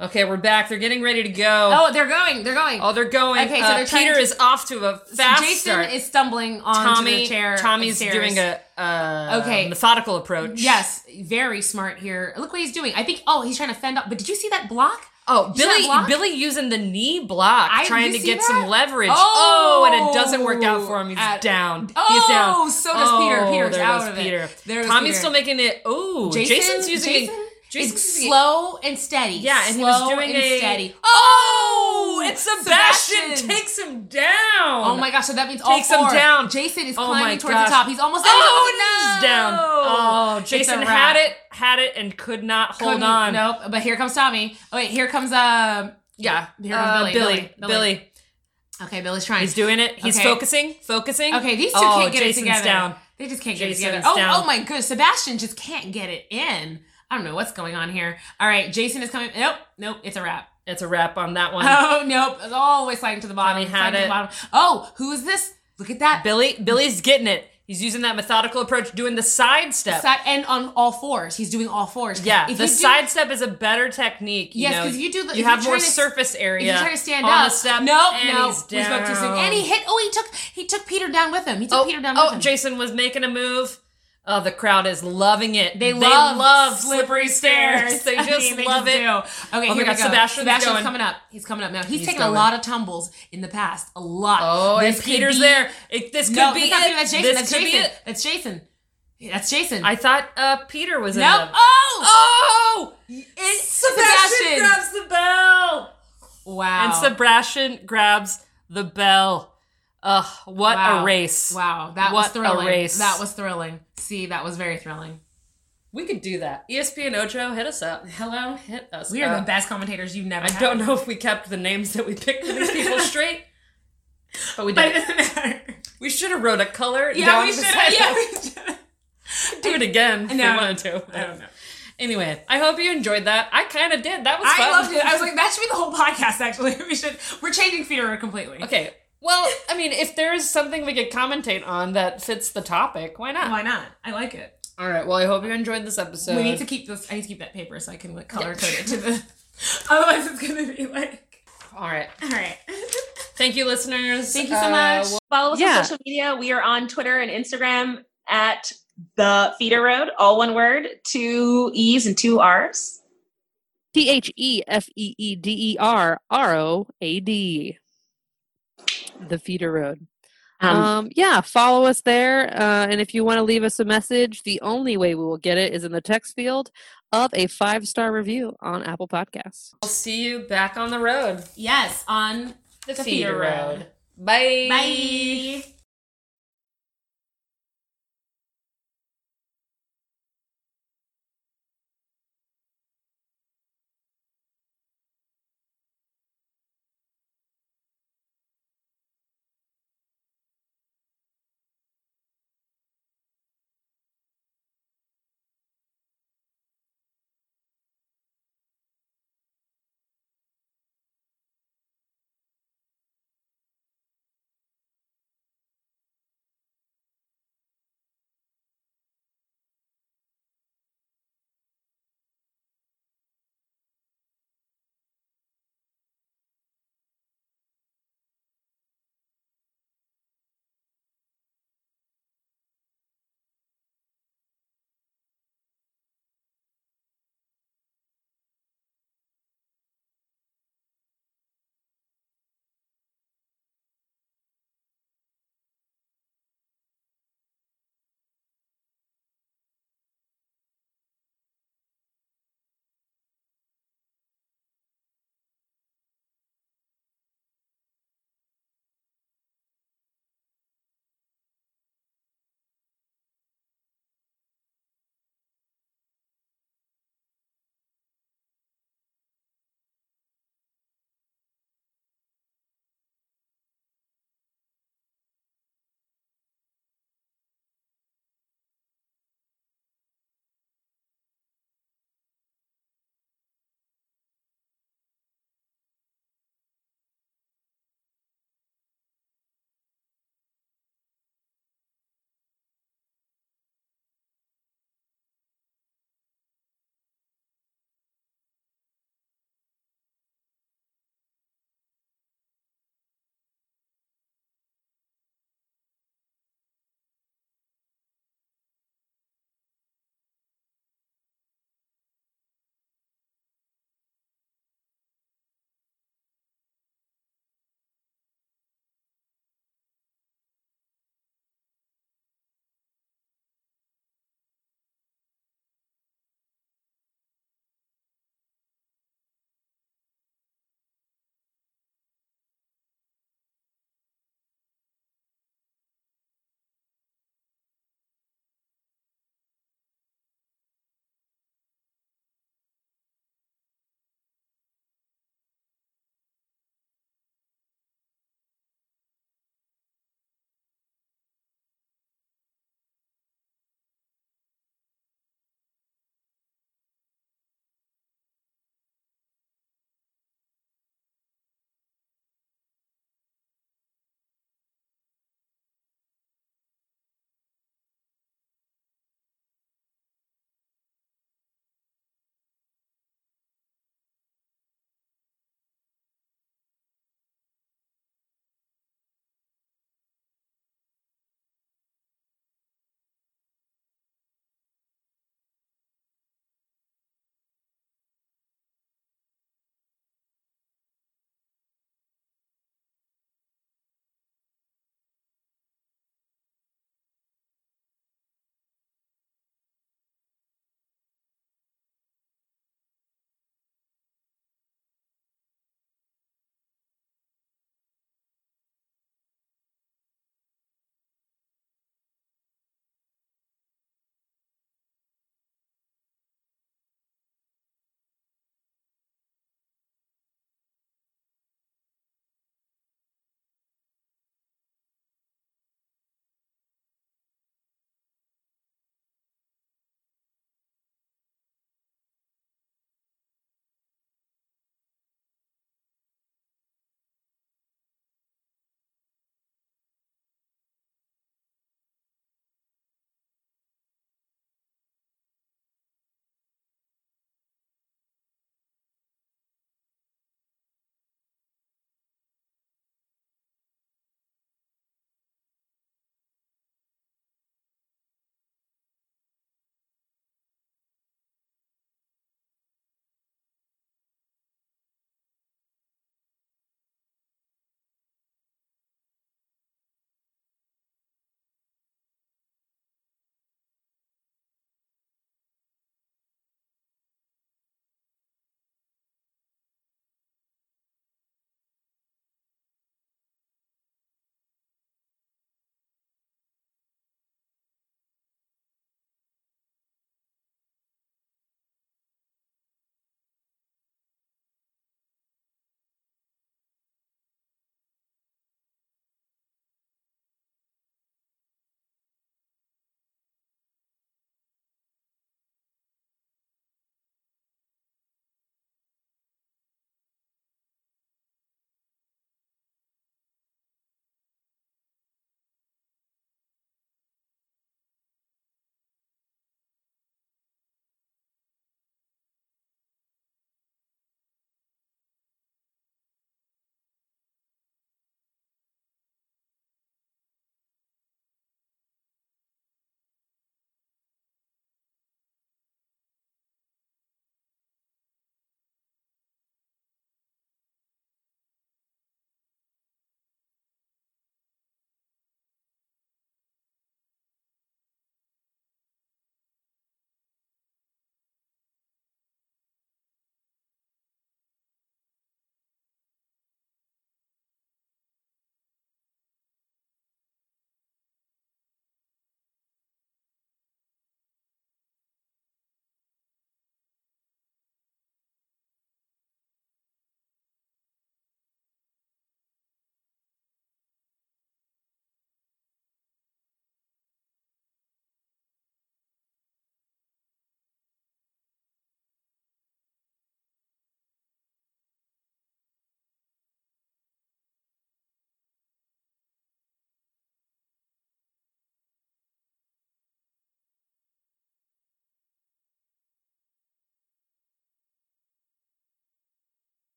Speaker 3: Okay, we're back. They're getting ready to go.
Speaker 2: Oh, they're going. They're going.
Speaker 3: Oh, they're going.
Speaker 2: Okay,
Speaker 3: Okay,
Speaker 2: so
Speaker 3: so
Speaker 2: they're trying
Speaker 3: Peter
Speaker 2: to-
Speaker 3: is off to a
Speaker 2: So
Speaker 3: fast
Speaker 2: Jason
Speaker 3: start.
Speaker 2: is stumbling on
Speaker 3: Tommy,
Speaker 2: the chair.
Speaker 3: Tommy's
Speaker 2: upstairs.
Speaker 3: doing a uh,
Speaker 2: Okay.
Speaker 3: methodical approach.
Speaker 2: Yes, very smart here. Look what he's doing. I think. Oh, he's trying to fend off. But did you see that block?
Speaker 3: Oh,
Speaker 2: You see that
Speaker 3: Billy,
Speaker 2: block?
Speaker 3: Billy using the knee block,
Speaker 2: I-
Speaker 3: trying
Speaker 2: you
Speaker 3: to
Speaker 2: see
Speaker 3: get
Speaker 2: that?
Speaker 3: some leverage.
Speaker 2: Oh!
Speaker 3: Oh, and it doesn't work out for him. He's
Speaker 2: At-
Speaker 3: down. He's down.
Speaker 2: Oh, so does Peter.
Speaker 3: Oh,
Speaker 2: Peter's
Speaker 3: there
Speaker 2: out
Speaker 3: goes
Speaker 2: of
Speaker 3: Peter.
Speaker 2: it. There goes
Speaker 3: Tommy's
Speaker 2: Peter.
Speaker 3: still making it. Oh,
Speaker 2: Jason,
Speaker 3: Jason's using
Speaker 2: Jason
Speaker 3: it.
Speaker 2: It's
Speaker 3: Jason's using it.
Speaker 2: slow and steady.
Speaker 3: Yeah, and he
Speaker 2: slow
Speaker 3: was doing
Speaker 2: and
Speaker 3: a-
Speaker 2: steady.
Speaker 3: Oh, and Sebastian,
Speaker 2: Sebastian.
Speaker 3: takes him down.
Speaker 2: Oh my gosh! So that means all
Speaker 3: Takes him
Speaker 2: four.
Speaker 3: down.
Speaker 2: Jason is
Speaker 3: Oh
Speaker 2: climbing
Speaker 3: my
Speaker 2: towards
Speaker 3: gosh.
Speaker 2: the top. He's almost there.
Speaker 3: Oh, and
Speaker 2: no!
Speaker 3: he's down. Oh,
Speaker 2: It's a
Speaker 3: Jason
Speaker 2: wrap.
Speaker 3: had it, had it, and could not hold
Speaker 2: Couldn't-
Speaker 3: on.
Speaker 2: Nope. But here comes Tommy. Oh wait, here comes um.
Speaker 3: Yeah,
Speaker 2: Here comes
Speaker 3: Uh,
Speaker 2: Billy,
Speaker 3: Billy,
Speaker 2: Billy, Billy.
Speaker 3: Billy.
Speaker 2: Okay, Billy's trying.
Speaker 3: He's doing it. He's
Speaker 2: Okay.
Speaker 3: focusing, focusing.
Speaker 2: Okay, these two
Speaker 3: two
Speaker 2: can't get
Speaker 3: Jason's
Speaker 2: it together.
Speaker 3: down.
Speaker 2: They just can't
Speaker 3: Jason's
Speaker 2: get it together. Oh,
Speaker 3: down.
Speaker 2: oh my goodness, Sebastian just can't get it in. I don't know what's going on here. All right, Jason is coming. Nope, nope, it's a wrap.
Speaker 3: It's a wrap on that one.
Speaker 2: Oh nope, it's always sliding to the bottom.
Speaker 3: Tommy had
Speaker 2: sliding To the
Speaker 3: it.
Speaker 2: bottom. Oh, who is this? Look at that.
Speaker 3: Billy, Billy's getting it. He's using that methodical approach, doing the side step.
Speaker 2: Side, and on all fours, he's doing all fours.
Speaker 3: yeah,
Speaker 2: If
Speaker 3: the
Speaker 2: you do-
Speaker 3: side step is a better technique. You
Speaker 2: Yes,
Speaker 3: know.
Speaker 2: because you do. The, if
Speaker 3: you
Speaker 2: you're
Speaker 3: have more
Speaker 2: trying to-
Speaker 3: surface
Speaker 2: If
Speaker 3: area.
Speaker 2: you're trying to stand
Speaker 3: on
Speaker 2: up,
Speaker 3: the step.
Speaker 2: no,
Speaker 3: and
Speaker 2: no,
Speaker 3: he's
Speaker 2: we spoke too soon.
Speaker 3: down.
Speaker 2: And he hit. Oh, he took he took Peter down with him. He took
Speaker 3: Oh,
Speaker 2: Peter down
Speaker 3: oh,
Speaker 2: with him.
Speaker 3: Jason was making a move. Oh, the crowd is loving it.
Speaker 2: They love
Speaker 3: slippery stairs. They
Speaker 2: I
Speaker 3: just
Speaker 2: mean, they
Speaker 3: love
Speaker 2: just
Speaker 3: it.
Speaker 2: do. Okay,
Speaker 3: Oh my
Speaker 2: here we
Speaker 3: God,
Speaker 2: go.
Speaker 3: Sebastian's
Speaker 2: Sebastian's
Speaker 3: going.
Speaker 2: coming up. He's coming up now. He's,
Speaker 3: He's
Speaker 2: taken a
Speaker 3: going.
Speaker 2: lot of tumbles in the past. A lot.
Speaker 3: Oh,
Speaker 2: this
Speaker 3: and
Speaker 2: could
Speaker 3: Peter's
Speaker 2: be-
Speaker 3: there. It, this could
Speaker 2: no,
Speaker 3: be
Speaker 2: that's
Speaker 3: it.
Speaker 2: not Peter, that's Jason.
Speaker 3: This
Speaker 2: that's
Speaker 3: could
Speaker 2: Jason.
Speaker 3: be it.
Speaker 2: That's Jason. That's Jason.
Speaker 3: I thought uh, Peter was in
Speaker 2: nope.
Speaker 3: the-
Speaker 2: Oh,
Speaker 3: Oh!
Speaker 2: it's
Speaker 3: Sebastian grabs the bell.
Speaker 2: wow.
Speaker 3: And Sebastian grabs the bell. Ugh, what
Speaker 2: Wow.
Speaker 3: a race.
Speaker 2: Wow, that
Speaker 3: What
Speaker 2: was
Speaker 3: a
Speaker 2: thrilling.
Speaker 3: race.
Speaker 2: That was thrilling. See, that was very thrilling.
Speaker 3: We could do that. ESPN Ocho, hit us up. Hello, hit us
Speaker 2: We are
Speaker 3: up.
Speaker 2: the best commentators you've never
Speaker 3: I
Speaker 2: had.
Speaker 3: don't know if we kept the names that we picked for these people straight, but we
Speaker 2: But it
Speaker 3: did.
Speaker 2: doesn't matter.
Speaker 3: we should have wrote a color.
Speaker 2: Yeah,
Speaker 3: down
Speaker 2: we should
Speaker 3: beside
Speaker 2: have. Yeah,
Speaker 3: it.
Speaker 2: we should have.
Speaker 3: do it again if
Speaker 2: No.
Speaker 3: we wanted to.
Speaker 2: I don't know.
Speaker 3: Anyway, I hope you enjoyed that. I kind of did. That was fun.
Speaker 2: I loved it. I was like, that should be the whole podcast. Actually, we should. We're changing Fedora completely.
Speaker 3: okay. Well, I mean, if there is something we could commentate on that fits the topic, why not?
Speaker 2: Why not? I like it.
Speaker 3: All right. Well, I hope you enjoyed this episode.
Speaker 2: we need to keep this. I need to keep that paper so I can like color code it to the. Otherwise, it's gonna be like.
Speaker 3: All right.
Speaker 2: All right.
Speaker 3: Thank you, listeners.
Speaker 2: Thank you so
Speaker 3: Uh,
Speaker 2: much.
Speaker 3: we'll-
Speaker 6: Follow us
Speaker 3: Yeah.
Speaker 6: on social media. We are on Twitter and Instagram at the feeder road, all one word, two E's and two R's.
Speaker 7: T H E F E E D E R R O A D. The feeder road. Um, yeah, follow us there. Uh, and if you want to leave us a message, the only way we will get it is in the text field of a five star review on Apple Podcasts.
Speaker 3: we'll see you back on the road.
Speaker 2: Yes, on
Speaker 3: The,
Speaker 2: the
Speaker 3: feeder
Speaker 2: Fedora road.
Speaker 3: Bye.
Speaker 2: Bye.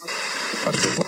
Speaker 8: fuck people.